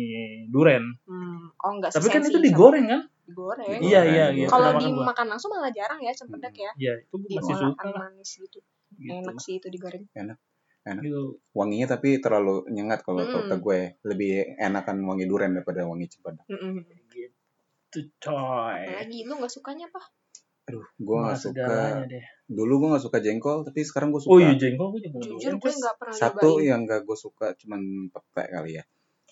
Speaker 2: duren
Speaker 1: Hmm, Oh, enggak
Speaker 2: tapi kan
Speaker 1: sesensi
Speaker 2: itu
Speaker 1: sama-
Speaker 2: digoreng kan
Speaker 1: Digoreng.
Speaker 3: Digoreng.
Speaker 2: iya iya iya
Speaker 3: Digoreng.
Speaker 1: Kalau
Speaker 2: pernah makan gua.
Speaker 1: dimakan langsung malah jarang ya cempedak ya.
Speaker 2: Iya, itu gue
Speaker 1: Di
Speaker 2: masih
Speaker 1: olahan
Speaker 2: suka.
Speaker 1: manis gitu.
Speaker 2: gitu.
Speaker 1: enak sih itu digoreng
Speaker 2: Gitu.
Speaker 3: Wanginya tapi terlalu nyengat kalau
Speaker 1: Mm.
Speaker 3: kata gue. Lebih enakan wangi durian daripada wangi cempedak.
Speaker 1: Mm-mm.
Speaker 2: Itu Gitu, coy.
Speaker 1: apalagi lu nggak sukanya apa
Speaker 3: Aduh, gue
Speaker 2: Malah
Speaker 3: gak suka.
Speaker 2: Nah, segalanya deh.
Speaker 3: Dulu gue gak suka jengkol, tapi sekarang gue suka.
Speaker 2: Oh iya jengkol gue juga
Speaker 1: jujur
Speaker 2: doyan,
Speaker 1: gue
Speaker 2: Cus.
Speaker 1: nggak pernah
Speaker 3: Satu
Speaker 1: nyobain
Speaker 3: yang gak gue suka cuman pete kali ya.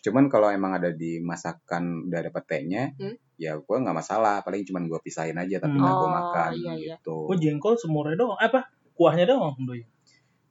Speaker 3: Cuman kalau emang ada di masakan udah ada petenya,
Speaker 1: Hmm.
Speaker 3: ya gue nggak masalah. Paling cuman gue pisahin aja, tapi
Speaker 2: Hmm.
Speaker 3: nggak gue
Speaker 1: Oh,
Speaker 3: makan
Speaker 1: iya, iya.
Speaker 3: gitu.
Speaker 2: Gue jengkol semurnya doang. Eh, Apa? Kuahnya doang doy.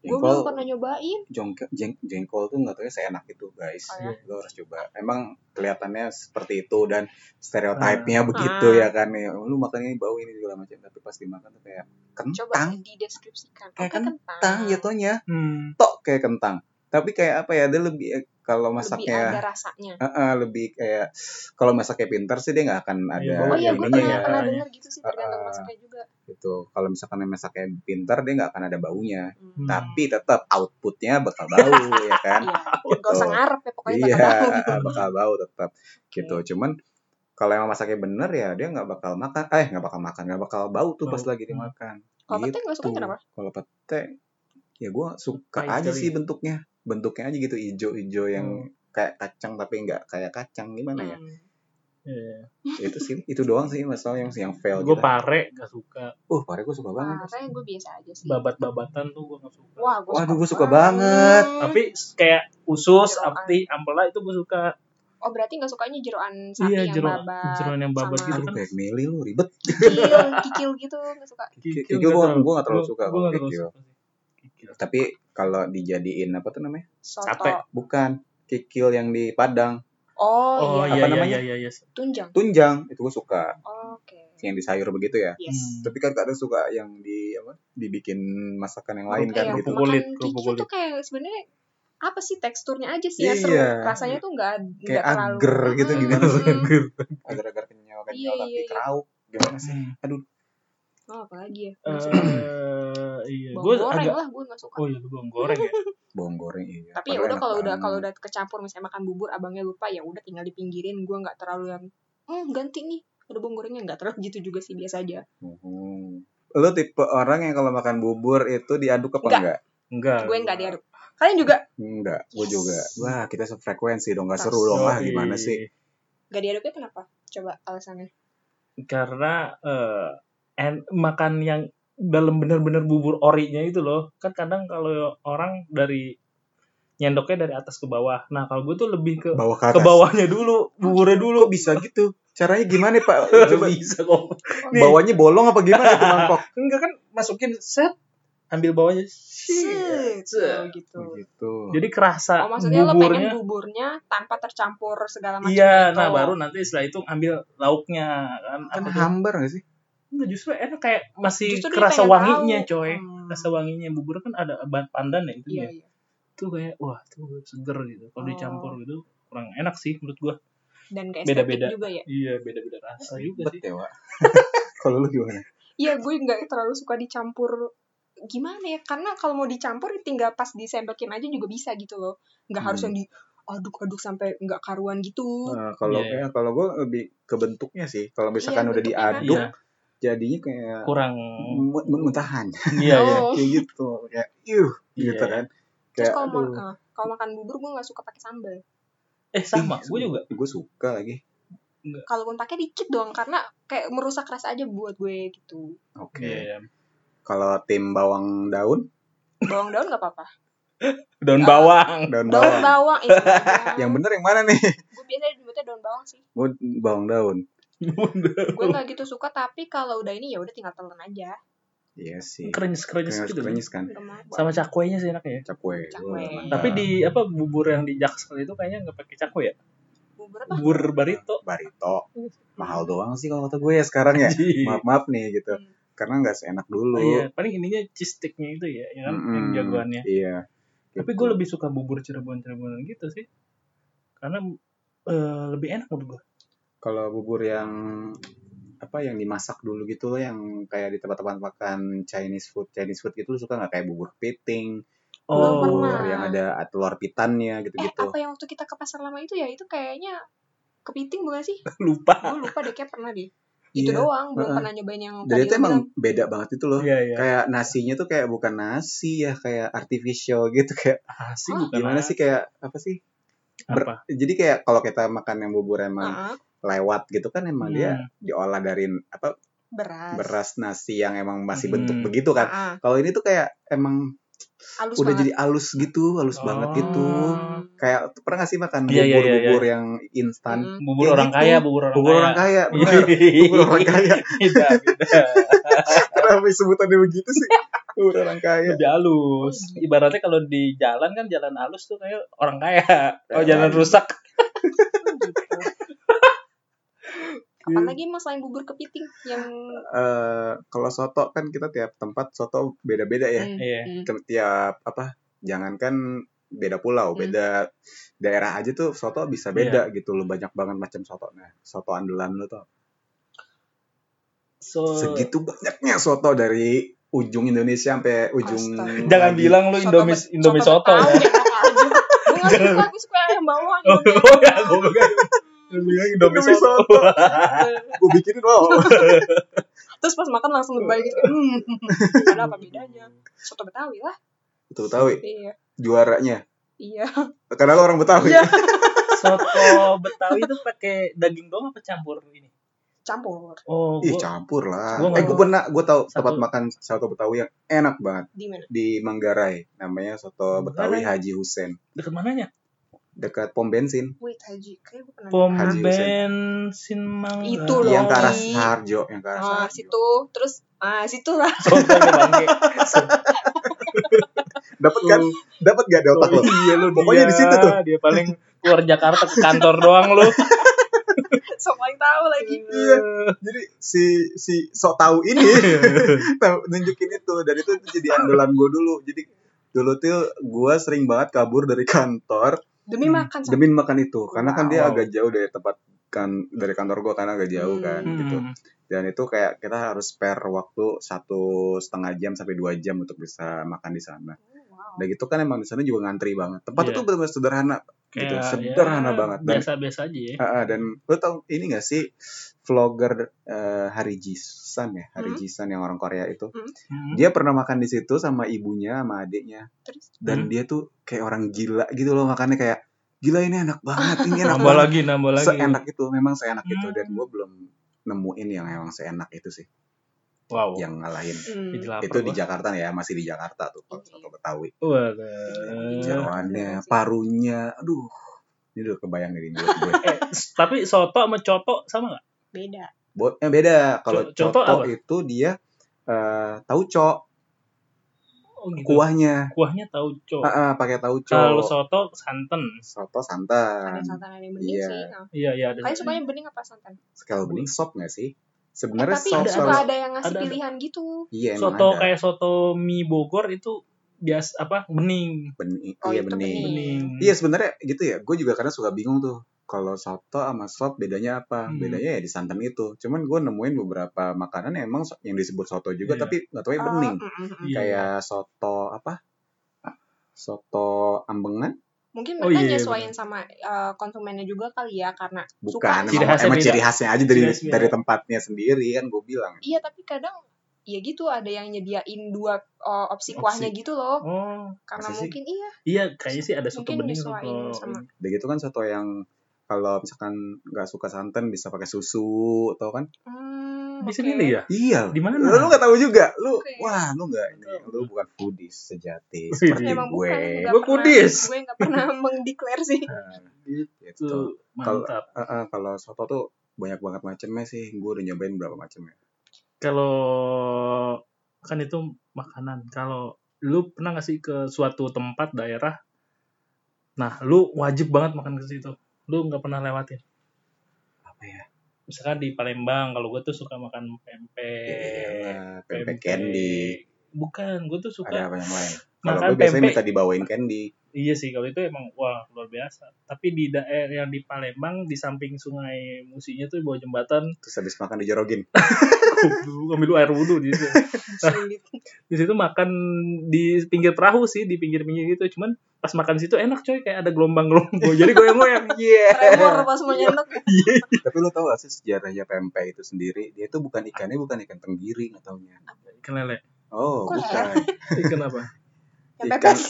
Speaker 1: gue belum pernah nyobain
Speaker 3: jongkel jeng, jengkol tuh nggak tahu ya, seenak itu guys
Speaker 1: Oh, ya?
Speaker 3: lo harus coba emang kelihatannya seperti itu dan stereotipnya begitu
Speaker 1: Ah.
Speaker 3: ya kan ya lu makan ini bau ini segala macam tapi pas dimakan tuh kayak
Speaker 1: coba Ah.
Speaker 3: kentang
Speaker 1: dideskripsikan
Speaker 2: Eh,
Speaker 3: Kayak
Speaker 1: Oke, kentang
Speaker 3: kentang jatuhnya
Speaker 2: Hmm.
Speaker 3: tok kayak kentang tapi kayak apa ya dia lebih eh, kalau
Speaker 1: lebih
Speaker 3: masaknya
Speaker 2: ya.
Speaker 1: ada rasanya
Speaker 2: Ah,
Speaker 3: Eh, eh, lebih kayak kalau masaknya pintar sih dia nggak akan ada
Speaker 2: Oh,
Speaker 1: oh iya gue
Speaker 2: ininya
Speaker 1: pernah
Speaker 2: ya.
Speaker 1: pernah dengar gitu sih tergantung
Speaker 3: Ah,
Speaker 1: masaknya juga
Speaker 3: gitu kalau misalkan masaknya pintar dia nggak akan ada baunya
Speaker 1: Hmm.
Speaker 2: Nah,
Speaker 3: tapi tetap outputnya bakal bau ya kan
Speaker 1: Iya, gak usah
Speaker 3: gitu.
Speaker 1: ngarep ya pokoknya
Speaker 3: iya,
Speaker 1: bakal bau.
Speaker 3: bakal bau tetap gitu.
Speaker 1: Iya.
Speaker 3: Cuman kalau emang masaknya bener ya dia nggak bakal makan, eh nggak bakal makan, nggak bakal bau tuh pas
Speaker 2: Bau.
Speaker 3: lagi dimakan.
Speaker 1: Kalau pete
Speaker 3: Gitu.
Speaker 1: nggak suka kenapa?
Speaker 3: Kalau pete ya gue suka
Speaker 2: Pahit
Speaker 3: aja
Speaker 2: kali
Speaker 3: sih
Speaker 2: ya.
Speaker 3: bentuknya, bentuknya aja gitu ijo-ijo yang
Speaker 1: Oh.
Speaker 3: kayak kacang tapi nggak kayak kacang gimana ya?
Speaker 1: Hmm.
Speaker 2: Iya.
Speaker 3: itu sih, itu doang sih masalah yang yang fail.
Speaker 2: Gue
Speaker 3: kita.
Speaker 2: pare gak suka.
Speaker 3: Uh, pare gue suka banget.
Speaker 1: Parah gue biasa aja sih.
Speaker 2: Babat-babatan tuh gue gak suka.
Speaker 1: Wah, gue
Speaker 3: Waduh, gua suka banget.
Speaker 1: Hmm.
Speaker 2: Tapi kayak usus,
Speaker 1: Jeroan.
Speaker 2: apti, ampela itu gue suka.
Speaker 1: Oh, berarti gak sukanya jeroan sapi
Speaker 2: Iya,
Speaker 1: yang
Speaker 2: jero-
Speaker 1: babat.
Speaker 2: jeroan yang babat
Speaker 1: sama
Speaker 2: gitu.
Speaker 3: Aduh, kayak meli lu ribet.
Speaker 1: Kikil, kikil gitu gak suka.
Speaker 3: Kikil gua- gua nggak terlalu suka kalau
Speaker 1: Oh,
Speaker 3: kikil. iya.
Speaker 2: Kikil.
Speaker 3: Tapi kalau dijadiin apa tuh namanya?
Speaker 1: Soto.
Speaker 2: Sate.
Speaker 3: Bukan kikil yang di Padang,
Speaker 1: Oh, iya.
Speaker 2: Oh, iya,
Speaker 3: Apa
Speaker 2: iya,
Speaker 3: namanya?
Speaker 2: iya, iya, iya.
Speaker 1: Tunjang.
Speaker 3: tunjang itu gue suka
Speaker 1: Oke.
Speaker 3: yang di sayur begitu ya.
Speaker 1: Yes.
Speaker 2: Hmm.
Speaker 3: tapi kan kadang suka yang di apa dibikin masakan yang lain
Speaker 2: Kerupuk
Speaker 3: kan
Speaker 1: Iya,
Speaker 3: gitu
Speaker 2: kerupuk. kulit,
Speaker 1: makan
Speaker 2: kerupuk
Speaker 1: kikil tuh
Speaker 2: kulit.
Speaker 1: kayak sebenarnya apa sih teksturnya aja sih ya seru.
Speaker 3: Iya.
Speaker 1: Rasanya tuh gak,
Speaker 3: Kayak
Speaker 1: gak terlalu. Hmm.
Speaker 3: agar gitu
Speaker 1: Mm-mm.
Speaker 3: gimana sih?
Speaker 1: Mm-mm.
Speaker 3: agar-agar kenyal kenyal
Speaker 1: Iya,
Speaker 3: tapi
Speaker 1: iya, iya.
Speaker 3: kerauk gimana sih
Speaker 2: Hmm.
Speaker 1: Oh, apalagi ya? Gak suka.
Speaker 2: Eh, iya,
Speaker 1: Bawang
Speaker 2: gue
Speaker 1: goreng
Speaker 2: agak
Speaker 1: lah gue gak suka.
Speaker 2: Oh iya, lu bawang goreng ya.
Speaker 3: bawang goreng iya
Speaker 1: tapi ya
Speaker 3: Padahal
Speaker 1: udah
Speaker 3: enak
Speaker 1: kalau udah
Speaker 3: banget.
Speaker 1: kalau udah kecampur misalnya makan bubur abangnya lupa ya udah tinggal dipinggirin gue nggak terlalu yang hmm ganti nih ada bawang gorengnya nggak terlalu gitu juga sih biasa aja
Speaker 3: Mhm. lo tipe orang yang kalau makan bubur itu diaduk apa
Speaker 1: Enggak.
Speaker 3: enggak
Speaker 2: Enggak.
Speaker 1: gue nggak diaduk kalian juga
Speaker 3: enggak
Speaker 1: Yes.
Speaker 3: gue Hmm, juga wah kita sefrekuensi dong nggak seru
Speaker 1: Pasti.
Speaker 3: dong ah
Speaker 2: Yoi.
Speaker 3: gimana sih
Speaker 1: nggak diaduknya kenapa coba alasannya
Speaker 2: Karena eh en- makan yang dalam bener-bener bubur orinya itu loh. Kan kadang kalau orang dari nyendoknya dari atas ke bawah. Nah, kalau gue tuh lebih ke
Speaker 3: bawah
Speaker 2: ke
Speaker 3: ke atas
Speaker 2: bawahnya dulu, buburnya dulu.
Speaker 3: kok bisa gitu caranya gimana pak
Speaker 2: Coba
Speaker 3: coba
Speaker 2: bisa Oh, kok. Nih.
Speaker 3: bawahnya bolong apa gimana tuh mangkok
Speaker 2: Enggak kan masukin set ambil bawahnya. Shit.
Speaker 1: Set, oh, gitu
Speaker 3: begitu
Speaker 2: Jadi
Speaker 1: oh
Speaker 2: kerasa
Speaker 1: maksudnya lo pengen
Speaker 2: Nah, buburnya.
Speaker 1: buburnya tanpa tercampur segala macam
Speaker 2: Iya,
Speaker 1: itu.
Speaker 2: nah baru nanti setelah itu ambil lauknya kan. Apa
Speaker 3: kan
Speaker 2: tuh?
Speaker 3: hambar gak sih
Speaker 2: Enggak justru enak kayak masih
Speaker 1: Justru dia
Speaker 2: kerasa
Speaker 1: pengen
Speaker 2: wanginya
Speaker 1: tahu.
Speaker 2: coy.
Speaker 1: Hmm.
Speaker 2: Kerasa wanginya bubur kan ada bahan pandan ya itu
Speaker 1: iya
Speaker 2: ya.
Speaker 1: iya
Speaker 2: Itu kayak wah tuh seger gitu.
Speaker 1: Oh.
Speaker 2: Kalau dicampur gitu kurang enak sih menurut gua.
Speaker 1: dan kayak
Speaker 2: Beda-beda.
Speaker 1: juga ya
Speaker 2: Iya beda-beda rasa juga
Speaker 3: Bet
Speaker 2: sih.
Speaker 3: ya, Wak. Kalau lu gimana?
Speaker 1: iya gue nggak terlalu suka dicampur gimana ya karena kalau mau dicampur tinggal pas disembekin aja juga bisa gitu loh nggak harus
Speaker 3: Hmm.
Speaker 1: yang di aduk-aduk sampai nggak karuan gitu
Speaker 3: Nah, kalau
Speaker 2: Iya.
Speaker 3: ya, kalau gue lebih ke bentuknya sih. Kalau misalkan
Speaker 1: Iya,
Speaker 3: udah
Speaker 1: bentuknya
Speaker 3: diaduk,
Speaker 2: Iya,
Speaker 3: jadinya kayak
Speaker 2: kurang
Speaker 3: mu- mu- muntahan
Speaker 2: iya ya.
Speaker 1: Oh.
Speaker 3: kayak gitu. Kayak iuh
Speaker 2: Iya.
Speaker 3: gitu kan.
Speaker 1: terus
Speaker 3: Kayak
Speaker 1: kalau ma-
Speaker 3: aduh.
Speaker 1: eh, kalau makan bubur gue nggak suka pakai sambal
Speaker 2: Eh sama, gua juga.
Speaker 3: Gue suka lagi.
Speaker 1: kalaupun pakai dikit doang karena kayak merusak rasa aja buat gue gitu
Speaker 3: Oke.
Speaker 2: Iya.
Speaker 3: Kalau tim bawang daun,
Speaker 1: bawang daun nggak apa-apa
Speaker 2: Daun bawang.
Speaker 3: daun
Speaker 1: daun
Speaker 3: bawang.
Speaker 1: bawang eh,
Speaker 3: Yang bener yang mana nih?
Speaker 1: gue biasanya nyebutnya daun bawang sih
Speaker 3: Gue bawang daun.
Speaker 1: gue nggak gitu suka tapi kalau udah ini ya udah tinggal telan aja
Speaker 3: Iya sih.
Speaker 2: Krenyes-krenyes
Speaker 3: Krenyes
Speaker 2: gitu.
Speaker 3: krenyes kan.
Speaker 1: Udah mau buat.
Speaker 2: Sama cakwenya sih enaknya ya.
Speaker 3: Cakwe.
Speaker 1: Cakwe.
Speaker 3: Wah, mantap.
Speaker 2: Tapi di apa bubur yang di Jaksel itu kayaknya nggak pakai cakwe ya?
Speaker 1: bubur apa
Speaker 2: Bubur barito.
Speaker 3: barito
Speaker 1: Iya
Speaker 3: mahal doang sih kalau kata gue ya sekarang ya. Maaf maaf nih gitu.
Speaker 1: Hmm.
Speaker 3: Karena nggak seenak dulu.
Speaker 2: Iya, paling ininya cheese sticknya itu ya, ya kan, yang
Speaker 3: Mm-mm.
Speaker 2: jagoannya.
Speaker 3: Iya.
Speaker 2: Tapi gue lebih suka bubur Cirebon-Cirebonan gitu sih. Karena eh, lebih enak menurut gue.
Speaker 3: kalau bubur yang apa yang dimasak dulu gitu loh yang kayak di tempat-tempat makan Chinese food Chinese food gitu lu suka nggak kayak bubur piting
Speaker 1: Belum
Speaker 2: Oh,
Speaker 1: pernah.
Speaker 3: bubur yang ada telur pitannya
Speaker 1: eh
Speaker 3: gitu-gitu
Speaker 1: apa yang waktu kita ke pasar lama itu ya itu kayaknya kepiting bukan sih
Speaker 2: lupa.
Speaker 1: gue lupa deh kayak pernah deh ah, itu
Speaker 3: Iya.
Speaker 1: doang belum
Speaker 3: Heeh.
Speaker 1: pernah nyobain yang
Speaker 3: Jadi
Speaker 1: tadi
Speaker 3: itu
Speaker 1: lo
Speaker 3: emang
Speaker 1: bilang.
Speaker 3: beda banget itu loh.
Speaker 2: Iya, iya.
Speaker 3: Kayak nasinya tuh kayak bukan nasi ya, kayak artificial gitu kayak
Speaker 1: Hah?
Speaker 2: Nasi Ah, bukan
Speaker 3: gimana sih kayak apa sih? Ber-
Speaker 2: Apa?
Speaker 3: Jadi kayak kalau kita makan yang bubur emang
Speaker 1: Heeh,
Speaker 3: lewat gitu kan emang dia
Speaker 2: Ah. Hmm.
Speaker 3: diolah dari apa
Speaker 1: beras Ah,
Speaker 3: beras nasi yang emang masih
Speaker 2: Hmm.
Speaker 3: bentuk begitu kan.
Speaker 1: Heeh,
Speaker 3: Kalau ini tuh kayak emang
Speaker 1: halus banget
Speaker 3: udah
Speaker 1: Hmm.
Speaker 3: jadi halus gitu, halus banget
Speaker 2: Oh.
Speaker 3: gitu. Kayak pernah gak sih makan
Speaker 2: Iya, iya, iya,
Speaker 3: bubur-bubur
Speaker 2: iya.
Speaker 3: yang instan?
Speaker 1: Mm-mm.
Speaker 2: Bubur
Speaker 3: Ya
Speaker 2: orang
Speaker 3: gitu.
Speaker 2: kaya, bubur orang
Speaker 3: Bubur
Speaker 2: kaya. Iya.
Speaker 3: orang kaya, Iya. bener. Bubur orang kaya.
Speaker 2: Beda, beda.
Speaker 3: Kenapa sebutannya begitu sih? Bubur orang kaya.
Speaker 2: Lebih halus. Ibaratnya kalau di jalan kan jalan halus tuh kayak orang kaya. Kalau
Speaker 3: Ya,
Speaker 2: jalan
Speaker 3: iya.
Speaker 2: rusak.
Speaker 1: gitu. Apalagi lagi mas selain bubur kepiting yang
Speaker 3: Eh, kalau soto kan kita tiap tempat soto beda-beda ya.
Speaker 1: Hmm,
Speaker 2: Iya.
Speaker 1: hmm.
Speaker 3: Ke- Tiap apa? Jangankan beda pulau,
Speaker 1: Hmm. Iya.
Speaker 3: beda daerah aja tuh soto bisa beda gitu loh. Banyak banget macam soto. Nah, soto andalan lo tuh. apa?
Speaker 1: Oh.
Speaker 2: So,
Speaker 3: Segitu banyaknya soto dari ujung Indonesia sampai ujung
Speaker 1: Astaga.
Speaker 2: Jangan
Speaker 3: lagi.
Speaker 2: bilang lu Indomie
Speaker 1: bet-
Speaker 2: Indomie soto ya.
Speaker 1: Betawi, apa aja. Gua nggak
Speaker 2: Jangan.
Speaker 1: suka, aku suka yang bawah.
Speaker 2: Oh, oh
Speaker 3: iya.
Speaker 2: ya, gua bilang- gua bilang Indomie
Speaker 3: Indomie
Speaker 2: soto.
Speaker 3: soto. Gue bikinin wow.
Speaker 1: Terus pas makan langsung balik gitu. kayak, Hmm, ada apa bedanya? Soto Betawi lah.
Speaker 3: Itu Betawi
Speaker 1: Iya.
Speaker 3: juaranya.
Speaker 1: Iya.
Speaker 3: Karena lo orang Betawi.
Speaker 1: Iya.
Speaker 2: Soto Betawi itu pakai daging doang apa campur ini?
Speaker 1: Campur
Speaker 2: Oh,
Speaker 3: Ih
Speaker 2: gua
Speaker 3: campur lah.
Speaker 2: Gua
Speaker 3: eh
Speaker 2: nggak-
Speaker 3: gue pernah, gue tahu
Speaker 2: Satu-
Speaker 3: tempat makan soto Betawi yang enak banget
Speaker 1: di mana?
Speaker 3: di Manggarai. Namanya soto Betawi
Speaker 2: Manggarai.
Speaker 3: Haji Husen.
Speaker 2: deket mananya?
Speaker 3: Dekat pom bensin.
Speaker 1: Wait, Haji, kayak gue pernah.
Speaker 2: Pom
Speaker 3: Haji Hussein.
Speaker 2: bensin Mangga.
Speaker 1: Itu loh.
Speaker 3: Iya, yang ke arah
Speaker 1: Di-
Speaker 3: Saharjo, yang ke arah
Speaker 1: Ah,
Speaker 3: Saharjo.
Speaker 1: situ. Terus ah, situ lah.
Speaker 2: Soto di bangke.
Speaker 3: Dapat kan? Dapat gak di otak lo?
Speaker 2: Oh, Iya lu
Speaker 3: Pokoknya
Speaker 2: dia,
Speaker 3: di situ tuh.
Speaker 2: Dia paling keluar Jakarta ke kantor doang lu.
Speaker 1: Sok paling tahu lagi.
Speaker 3: Iya. Jadi si si sok tahu ini tahu- nunjukin itu dan itu jadi andalan gue dulu. Jadi dulu tuh gue sering banget kabur dari kantor
Speaker 1: Demi
Speaker 2: Hmm,
Speaker 1: makan Soto.
Speaker 3: demi makan itu karena kan dia
Speaker 2: Wow.
Speaker 3: agak jauh dari tempat kan dari kantor gue karena agak jauh kan
Speaker 1: Hmm.
Speaker 3: gitu dan itu kayak kita harus spare waktu satu setengah jam sampai dua jam untuk bisa makan di sana.
Speaker 1: Wow.
Speaker 3: Dan gitu kan emang di sana juga ngantri banget. Tempat
Speaker 2: Iya.
Speaker 3: itu benar-benar sederhana. Gitu,
Speaker 2: Kayak, ya,
Speaker 3: sederhana banget. Dan-
Speaker 2: Biasa-biasa aja ya.
Speaker 3: Ah, ah, dan lo tau ini gak sih vlogger eh, Hari Jisan ya, Hari
Speaker 1: Hmm.
Speaker 3: Jisan yang orang Korea itu.
Speaker 2: Hmm.
Speaker 3: Dia pernah makan di situ sama ibunya, sama adiknya.
Speaker 1: Terus
Speaker 3: Dan
Speaker 2: Hmm.
Speaker 3: dia tuh kayak orang gila gitu loh makannya kayak gila ini enak banget, ini
Speaker 2: Nambah
Speaker 3: enak banget.
Speaker 2: lagi, nambah lagi.
Speaker 3: Seenak itu, memang seenak itu dan
Speaker 2: Hmm.
Speaker 3: gue belum nemuin yang emang seenak itu sih,
Speaker 2: Wow.
Speaker 3: yang ngalahin.
Speaker 1: hmm.
Speaker 2: Jadi lapar
Speaker 3: Iya. itu di
Speaker 2: gua.
Speaker 3: Jakarta ya masih di Jakarta tuh kalau soto Betawi
Speaker 2: Wah, Eh,
Speaker 3: jeroannya
Speaker 1: Iya.
Speaker 3: parunya aduh ini udah kebayang dari mulut gue
Speaker 2: eh, s- tapi soto sama coto sama nggak?
Speaker 1: beda.
Speaker 3: Bo- eh, beda kalau
Speaker 2: Co- coto
Speaker 3: coto
Speaker 2: apa?
Speaker 3: itu dia eh tauco
Speaker 2: Oh, gitu.
Speaker 3: kuahnya
Speaker 2: Kuahnya tahu
Speaker 3: Ah,
Speaker 2: coto.
Speaker 3: ah, pakai tauco
Speaker 2: Kalau soto santan.
Speaker 3: soto
Speaker 1: Ada
Speaker 3: santan
Speaker 1: santan yang bening
Speaker 3: Iya.
Speaker 1: sih. Nah.
Speaker 2: Iya, iya ada.
Speaker 1: Kalian sukanya bening apa santan?
Speaker 3: sekali bening sop nggak sih
Speaker 1: Eh,
Speaker 3: sebenarnya
Speaker 1: tapi
Speaker 3: sop
Speaker 2: ada-
Speaker 1: suka
Speaker 3: selalu
Speaker 1: ada yang ngasih
Speaker 2: ada- ada.
Speaker 1: pilihan gitu.
Speaker 3: iya emang
Speaker 2: soto
Speaker 3: ada
Speaker 2: kayak soto mie Bogor itu bias apa? Bening.
Speaker 3: bening
Speaker 1: Oh,
Speaker 3: iya
Speaker 1: itu
Speaker 3: bening
Speaker 1: bening.
Speaker 2: Bening.
Speaker 3: iya sebenarnya gitu ya gue juga kadang suka bingung tuh kalau soto sama sop bedanya apa
Speaker 2: Hmm.
Speaker 3: bedanya ya di santan itu cuman gue nemuin beberapa makanan yang emang so- yang disebut soto juga
Speaker 2: Iya.
Speaker 3: tapi nggak tahu yang
Speaker 1: Oh,
Speaker 3: bening
Speaker 1: mm, mm, mm.
Speaker 2: Iya.
Speaker 3: kayak soto apa soto ambengan
Speaker 1: Mungkin
Speaker 2: Oh,
Speaker 1: mereka
Speaker 2: iya,
Speaker 1: nyesuaiin sama eh, konsumennya juga kali ya karena
Speaker 3: bukan
Speaker 1: suka.
Speaker 2: Ciri
Speaker 3: emang,
Speaker 2: khasnya
Speaker 3: emang
Speaker 2: beda.
Speaker 3: ciri khasnya aja dari
Speaker 2: Ciri khasnya beda.
Speaker 3: dari tempatnya sendiri kan gue bilang
Speaker 1: Iya, tapi kadang ya gitu ada yang nyediain dua eh, opsi kuahnya gitu loh.
Speaker 2: Oh,
Speaker 1: Karena
Speaker 3: Masa sih?
Speaker 1: mungkin iya,
Speaker 2: iya kayaknya sih ada soto
Speaker 1: Mungkin
Speaker 2: bening
Speaker 1: nyesuaiin
Speaker 2: soto.
Speaker 1: sama-
Speaker 3: udah gitu kan soto yang kalau misalkan nggak suka santan bisa pakai susu tau kan
Speaker 1: Hmm,
Speaker 2: Bisa
Speaker 1: oke.
Speaker 2: milih ya?
Speaker 3: iya
Speaker 2: Di mana?
Speaker 3: lu nggak tahu juga lu
Speaker 1: Oke.
Speaker 3: wah lu nggak ini lu bukan foodies
Speaker 2: Widih.
Speaker 3: sejati seperti
Speaker 1: Emang
Speaker 3: gue
Speaker 1: bukan, nggak
Speaker 2: Gue
Speaker 1: pernah-
Speaker 2: kudis.
Speaker 1: Gue nggak pernah mengdeklarasi.
Speaker 2: Nah,
Speaker 3: gitu
Speaker 2: Itu
Speaker 3: Kalau-
Speaker 2: mantap.
Speaker 3: Eh, eh, kalau soto tuh banyak banget macamnya sih gue udah nyobain berapa macamnya
Speaker 2: Kalau kan itu makanan. Kalau lu pernah nggak sih ke suatu tempat daerah? Nah, lu wajib banget makan ke situ. Lu nggak pernah lewatin.
Speaker 3: apa ya
Speaker 2: Misalkan di Palembang, kalau gue tuh suka makan pempek.
Speaker 3: Iyalah, Iya, pempek candy
Speaker 2: Bukan, gue tuh suka
Speaker 3: ada apa yang lain Kalau
Speaker 2: Makan
Speaker 3: gue biasanya
Speaker 2: tempe.
Speaker 3: minta dibawain kan candy.
Speaker 2: Iya sih kalau itu emang wah luar biasa. Tapi di daerah yang di Palembang di samping sungai Musinya tuh bawah jembatan
Speaker 3: Terus habis makan dijorokin.
Speaker 2: kudu ngambil air wudhu di situ.
Speaker 1: Sulit.
Speaker 2: Di situ makan di pinggir perahu sih di pinggir-pinggir gitu. Cuman pas makan di situ enak coy kayak ada gelombang-gelombang. Jadi goyang-goyang.
Speaker 3: Iya.
Speaker 1: Tremor pas mau nyenek.
Speaker 3: Tapi lo tau gak sih sejarahnya pempek itu sendiri? Dia itu bukan ikannya bukan ikan tenggiri nggak taunya.
Speaker 2: Ikan lele.
Speaker 3: Oh,
Speaker 1: Kok
Speaker 3: bukan.
Speaker 2: Ikan apa?
Speaker 1: Yang
Speaker 3: Ikan,
Speaker 1: pepes.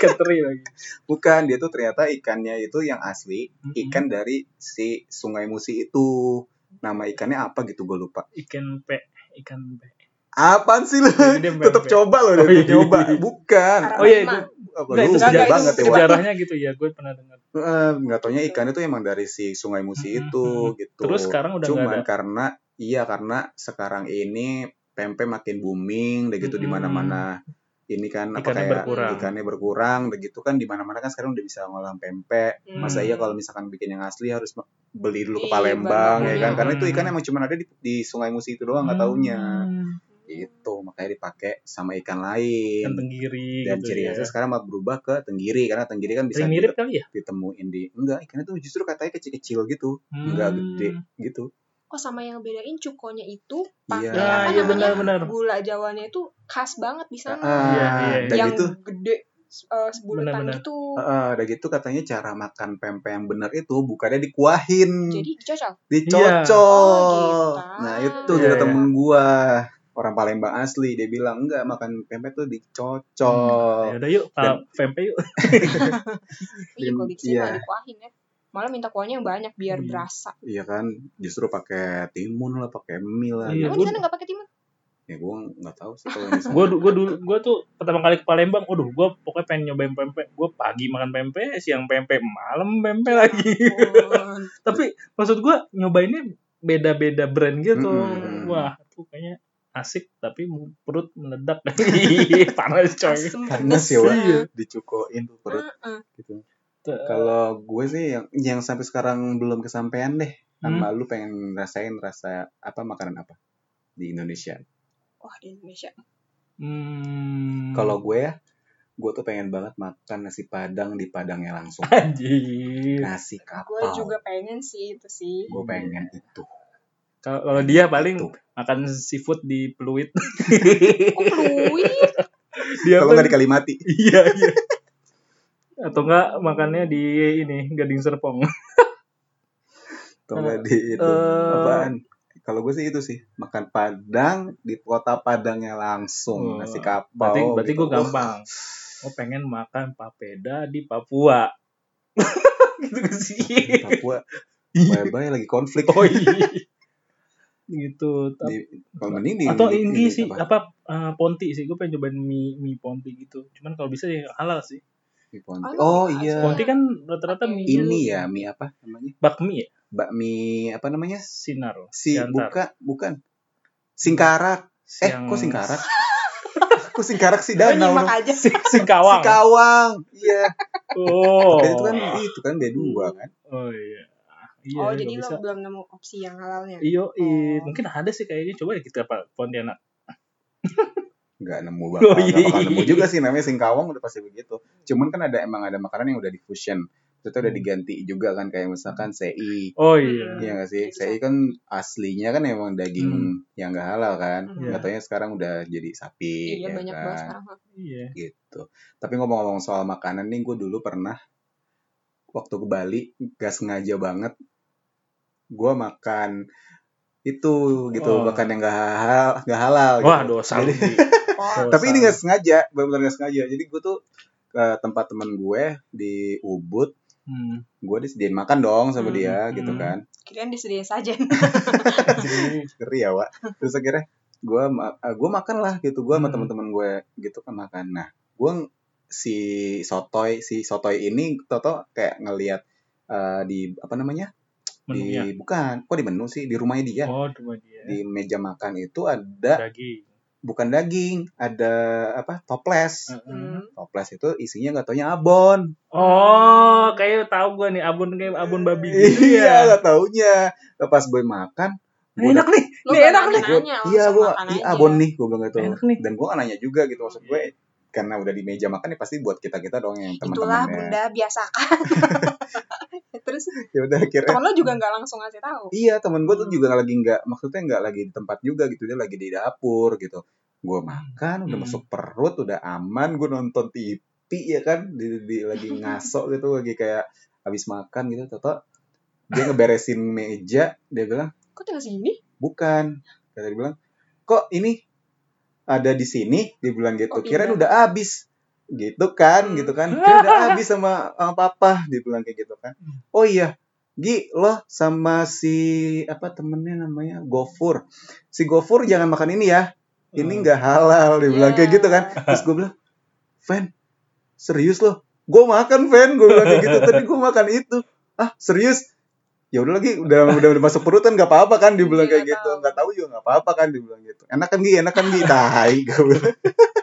Speaker 2: Ikan teri lagi.
Speaker 3: bukan dia tuh ternyata ikannya itu yang asli,
Speaker 2: Mhm.
Speaker 3: ikan dari si Sungai Musi itu. Nama ikannya apa gitu gue lupa.
Speaker 2: Ikan pe. Ikan pe.
Speaker 3: Apaan sih lu?
Speaker 2: Jadi dia
Speaker 3: Tetap
Speaker 2: pempek.
Speaker 3: coba loh,
Speaker 2: Oh, iya.
Speaker 3: tetap coba. Bukan.
Speaker 1: Arah
Speaker 2: Oh iya,
Speaker 1: lima.
Speaker 3: Apa,
Speaker 2: Nah,
Speaker 3: lu
Speaker 2: itu
Speaker 1: Enggak,
Speaker 3: jahil
Speaker 1: enggak,
Speaker 3: banget
Speaker 1: itu
Speaker 3: ya, Wak.
Speaker 2: sejarahnya gitu ya. Gue pernah dengar.
Speaker 3: Eh, nggak taunya ikan itu emang dari si Sungai
Speaker 2: Mhm.
Speaker 3: Musi itu gitu.
Speaker 2: Terus sekarang udah nggak
Speaker 3: Cuman
Speaker 2: ada.
Speaker 3: karena iya karena sekarang ini pempek makin booming, udah gitu
Speaker 2: Mhm.
Speaker 3: di mana-mana. Ini kan apa
Speaker 2: Ikannya
Speaker 3: kayak
Speaker 2: berkurang.
Speaker 3: ikannya berkurang, udah gitu kan di mana-mana kan sekarang udah bisa ngolah pempek.
Speaker 1: Hmm.
Speaker 3: Masa iya kalau misalkan bikin yang asli harus ma- beli dulu
Speaker 1: Iya,
Speaker 3: ke Palembang
Speaker 2: bener.
Speaker 3: ya kan? Karena itu
Speaker 2: Mhm.
Speaker 3: ikan emang cuma ada di, di Sungai Musi itu doang, nggak taunya.
Speaker 2: Hmm.
Speaker 3: Itu makanya dipakai sama ikan lain.
Speaker 2: Ikan tenggiri
Speaker 3: dan
Speaker 2: gitu
Speaker 3: ciri
Speaker 2: ya.
Speaker 3: khasnya sekarang mah berubah ke tenggiri karena tenggiri kan bisa
Speaker 2: Sering mirip kali ya?
Speaker 3: dite- ditemuin di enggak ikannya tuh justru katanya kecil-kecil gitu enggak
Speaker 2: Hmm.
Speaker 3: gede gitu
Speaker 1: Oh sama yang bedain cukonya itu pakai apa
Speaker 3: Iya. Ah,
Speaker 1: namanya
Speaker 3: iya,
Speaker 2: Ya, benar-benar.
Speaker 1: gula jawanya itu khas banget di sana.
Speaker 3: Ah,
Speaker 2: Iya, iya,
Speaker 3: dan
Speaker 1: yang
Speaker 3: gitu
Speaker 1: gede eh, sebulatan
Speaker 2: Benar-benar.
Speaker 1: gitu.
Speaker 3: ah, dan gitu katanya cara makan pempek yang benar itu bukannya dikuahin
Speaker 1: Jadi cocok.
Speaker 3: dicocol
Speaker 1: Oh, gitu.
Speaker 3: nah itu
Speaker 2: Iya,
Speaker 3: kata
Speaker 2: iya.
Speaker 3: temen gua orang Palembang asli dia bilang enggak makan pempek tuh
Speaker 2: Ya
Speaker 3: dicocol
Speaker 2: udah yuk,
Speaker 3: Dan-
Speaker 2: Pak Pempe yuk.
Speaker 1: Iya kalau di sini
Speaker 3: Iya.
Speaker 1: nggak dikuahin ya. Malah minta kuahnya yang banyak biar
Speaker 2: Iya.
Speaker 1: berasa.
Speaker 3: iya kan justru pakai timun lah pakai mie lah
Speaker 2: Iya,
Speaker 1: Emang
Speaker 3: gitu.
Speaker 1: di sana nggak pakai timun?
Speaker 3: ya gua nggak tahu sih kalau yang di sana.
Speaker 2: Gue gua dulu gua tuh pertama kali ke Palembang, waduh gua pokoknya pengen nyobain pempek. Gua pagi makan pempek, siang pempek, malam pempek lagi.
Speaker 1: Ampun.
Speaker 2: Tapi maksud gua nyobainnya beda-beda brand gitu.
Speaker 3: Mm-mm.
Speaker 2: Wah, tuh kayaknya asik tapi mu- perut meledak. Ih, Panas coy.
Speaker 1: Asem
Speaker 3: Panas ya, Wak.
Speaker 2: Iya.
Speaker 1: pedes.
Speaker 3: dicukoin tuh perut
Speaker 1: Heeh.
Speaker 3: gitu
Speaker 2: Tuh,
Speaker 3: Kalau gue sih yang yang sampai sekarang belum kesampaian deh.
Speaker 2: Hmm.
Speaker 3: Sama lu pengen ngerasain rasa apa makanan apa di Indonesia?
Speaker 1: Wah di Indonesia.
Speaker 2: hmm.
Speaker 3: Kalau gue ya, gue tuh pengen banget makan nasi padang di padangnya langsung.
Speaker 2: anjir.
Speaker 3: Nasi
Speaker 1: Gue
Speaker 3: kapau.
Speaker 1: juga pengen sih itu sih.
Speaker 3: Gue pengen itu.
Speaker 2: Kalau kalau dia paling
Speaker 3: Itu.
Speaker 2: makan seafood di Pluit.
Speaker 1: Kok peluit?
Speaker 2: dia
Speaker 3: Kalau
Speaker 2: kan-
Speaker 3: nggak di Kalimati.
Speaker 2: iya iya atau enggak makannya di ini Gading Serpong
Speaker 3: Kalau nggak di itu.
Speaker 2: Eh.
Speaker 3: Apaan? Kalau gue sih itu sih makan padang di kota padangnya
Speaker 2: Oh,
Speaker 3: langsung nasi kapau.
Speaker 2: berarti berarti
Speaker 3: gitu.
Speaker 2: gue gampang gue pengen makan papeda di Papua gitu
Speaker 3: kan
Speaker 2: gak sih
Speaker 3: Di Papua, bye-bye lagi konflik.
Speaker 2: oh iya gitu
Speaker 3: Di, kalau mending di
Speaker 2: atau ini sih
Speaker 3: apa?
Speaker 2: apa, eh, Ponti sih gue pengen cobain mie mie Ponti gitu cuman kalau bisa ya halal sih
Speaker 3: Di Ponti.
Speaker 1: Oh,
Speaker 3: Oh
Speaker 1: iya.
Speaker 3: iya.
Speaker 2: Ponti kan rata-rata mie
Speaker 3: ini ya mie apa namanya
Speaker 2: bakmi ya
Speaker 3: bakmi apa namanya
Speaker 2: sinar loh.
Speaker 3: si
Speaker 2: Siantar.
Speaker 3: buka bukan singkarak eh
Speaker 2: Siang-
Speaker 3: kok singkarak kok singkarak sih
Speaker 1: Gue
Speaker 3: danau
Speaker 1: nyimak
Speaker 3: loh.
Speaker 1: aja.
Speaker 2: Iya, singkawang
Speaker 3: Sikawang iya
Speaker 2: oh
Speaker 3: Makanya itu kan itu kan B2 kan
Speaker 2: oh iya iya
Speaker 1: Oh
Speaker 2: gua
Speaker 1: jadi
Speaker 2: bisa. Iya,
Speaker 1: lo belum nemu opsi yang halalnya.
Speaker 2: Iyo,
Speaker 1: Oh.
Speaker 2: mungkin ada sih kayaknya. Coba ya kita Pak Pontianak.
Speaker 3: nggak nemu bakal
Speaker 2: Oh, iya.
Speaker 3: nggak bakal nemu juga sih namanya singkawang udah pasti begitu cuman kan ada emang ada makanan yang udah di fusion itu
Speaker 2: Hmm.
Speaker 3: udah diganti juga kan kayak misalkan CI
Speaker 2: Oh
Speaker 1: Hmm.
Speaker 2: iya.
Speaker 3: Iya nggak sih?
Speaker 1: Kayak
Speaker 3: CI kan aslinya kan emang daging
Speaker 2: Hmm.
Speaker 3: yang nggak halal kan.
Speaker 1: Hmm.
Speaker 3: Nggak taunya sekarang udah jadi sapi.
Speaker 1: Iya
Speaker 3: ya
Speaker 1: banyak
Speaker 3: kan?
Speaker 1: banget sekarang.
Speaker 2: Iya.
Speaker 3: gitu. Tapi ngomong-ngomong soal makanan nih, gue dulu pernah waktu ke Bali gak sengaja banget gue makan itu gitu
Speaker 2: Oh.
Speaker 3: bahkan yang gak halal, gak halal
Speaker 2: Wah,
Speaker 3: gitu.
Speaker 2: dosa lu.
Speaker 3: Jadi-
Speaker 2: Ji.
Speaker 1: Wah,
Speaker 2: Dosa.
Speaker 3: tapi ini gak sengaja, benar-benar gak sengaja. Jadi gue tuh ke tempat temen gue di Ubud,
Speaker 2: Hmm.
Speaker 3: gue disediain makan dong sama
Speaker 1: Hmm,
Speaker 3: dia gitu
Speaker 2: hmm.
Speaker 3: kan.
Speaker 1: kirain disediain saja.
Speaker 2: Jadi,
Speaker 3: ngeri ya Wak. terus akhirnya gue gue makan lah gitu gue sama
Speaker 2: Hmm.
Speaker 3: teman-teman gue gitu kan makan nah gue si sotoy si sotoy ini toto kayak ngelihat eh, di apa namanya
Speaker 2: menunya.
Speaker 3: di bukan kok di menu sih di rumahnya dia
Speaker 2: Oh, cuma dia.
Speaker 3: di meja makan itu ada
Speaker 2: Daging.
Speaker 3: bukan daging ada apa toples
Speaker 1: Hmm.
Speaker 2: Heeh.
Speaker 3: toples itu isinya nggak taunya abon
Speaker 2: Oh, kayak tahu gua nih abon kayak abon babi gitu ya.
Speaker 3: iya nggak taunya Nah, pas gue makan
Speaker 2: Ini
Speaker 3: gua
Speaker 2: enak nih.
Speaker 1: Lo
Speaker 2: Ini enak nih.
Speaker 1: nanya,
Speaker 3: Iya, gue iya abon nih, gue bilang gitu.
Speaker 2: Enak nih.
Speaker 3: Dan gue nggak nanya juga gitu maksud gue. karena udah di meja makan ya pasti buat kita kita dong yang
Speaker 1: Iya. Itulah
Speaker 3: teman-temannya
Speaker 1: bunda biasakan. Terus
Speaker 3: ya udah akhirnya
Speaker 1: temen lo juga nggak langsung ngasih tahu.
Speaker 3: Iya temen gue tuh juga lagi nggak maksudnya nggak lagi di tempat juga gitu dia lagi di dapur gitu. Gue makan udah
Speaker 2: Hmm.
Speaker 3: masuk perut udah aman gue nonton TV ya kan di, di- lagi
Speaker 1: Hmm.
Speaker 3: ngaso gitu lagi kayak habis makan gitu Toto dia ngeberesin meja dia bilang
Speaker 1: Kok tinggal segini?
Speaker 3: bukan kata dia bilang kok ini ada di sini dia bilang
Speaker 1: Oh,
Speaker 3: gitu kirain
Speaker 1: iya.
Speaker 3: udah habis gitu kan
Speaker 1: Hmm. Hmm.
Speaker 3: gitu kan kirain udah habis sama sama papa dia bilang kayak gitu kan oh iya Gi lo sama si apa temennya namanya Gofur si Gofur jangan makan ini ya
Speaker 1: Hmm.
Speaker 3: ini nggak halal dia bilang kayak
Speaker 1: Ya.
Speaker 3: gitu kan terus gue bilang Fan serius lo gue makan Fan gue bilang kayak gitu tadi gue makan itu ah serius ya udah lagi udah udah, udah masuk perut kan nggak apa-apa kan dia bilang
Speaker 1: Iya,
Speaker 3: kayak gitu
Speaker 1: tahu.
Speaker 3: nggak tahu juga nggak apa-apa kan dia bilang gitu enak kan Gi enak kan Gi tai gue bilang.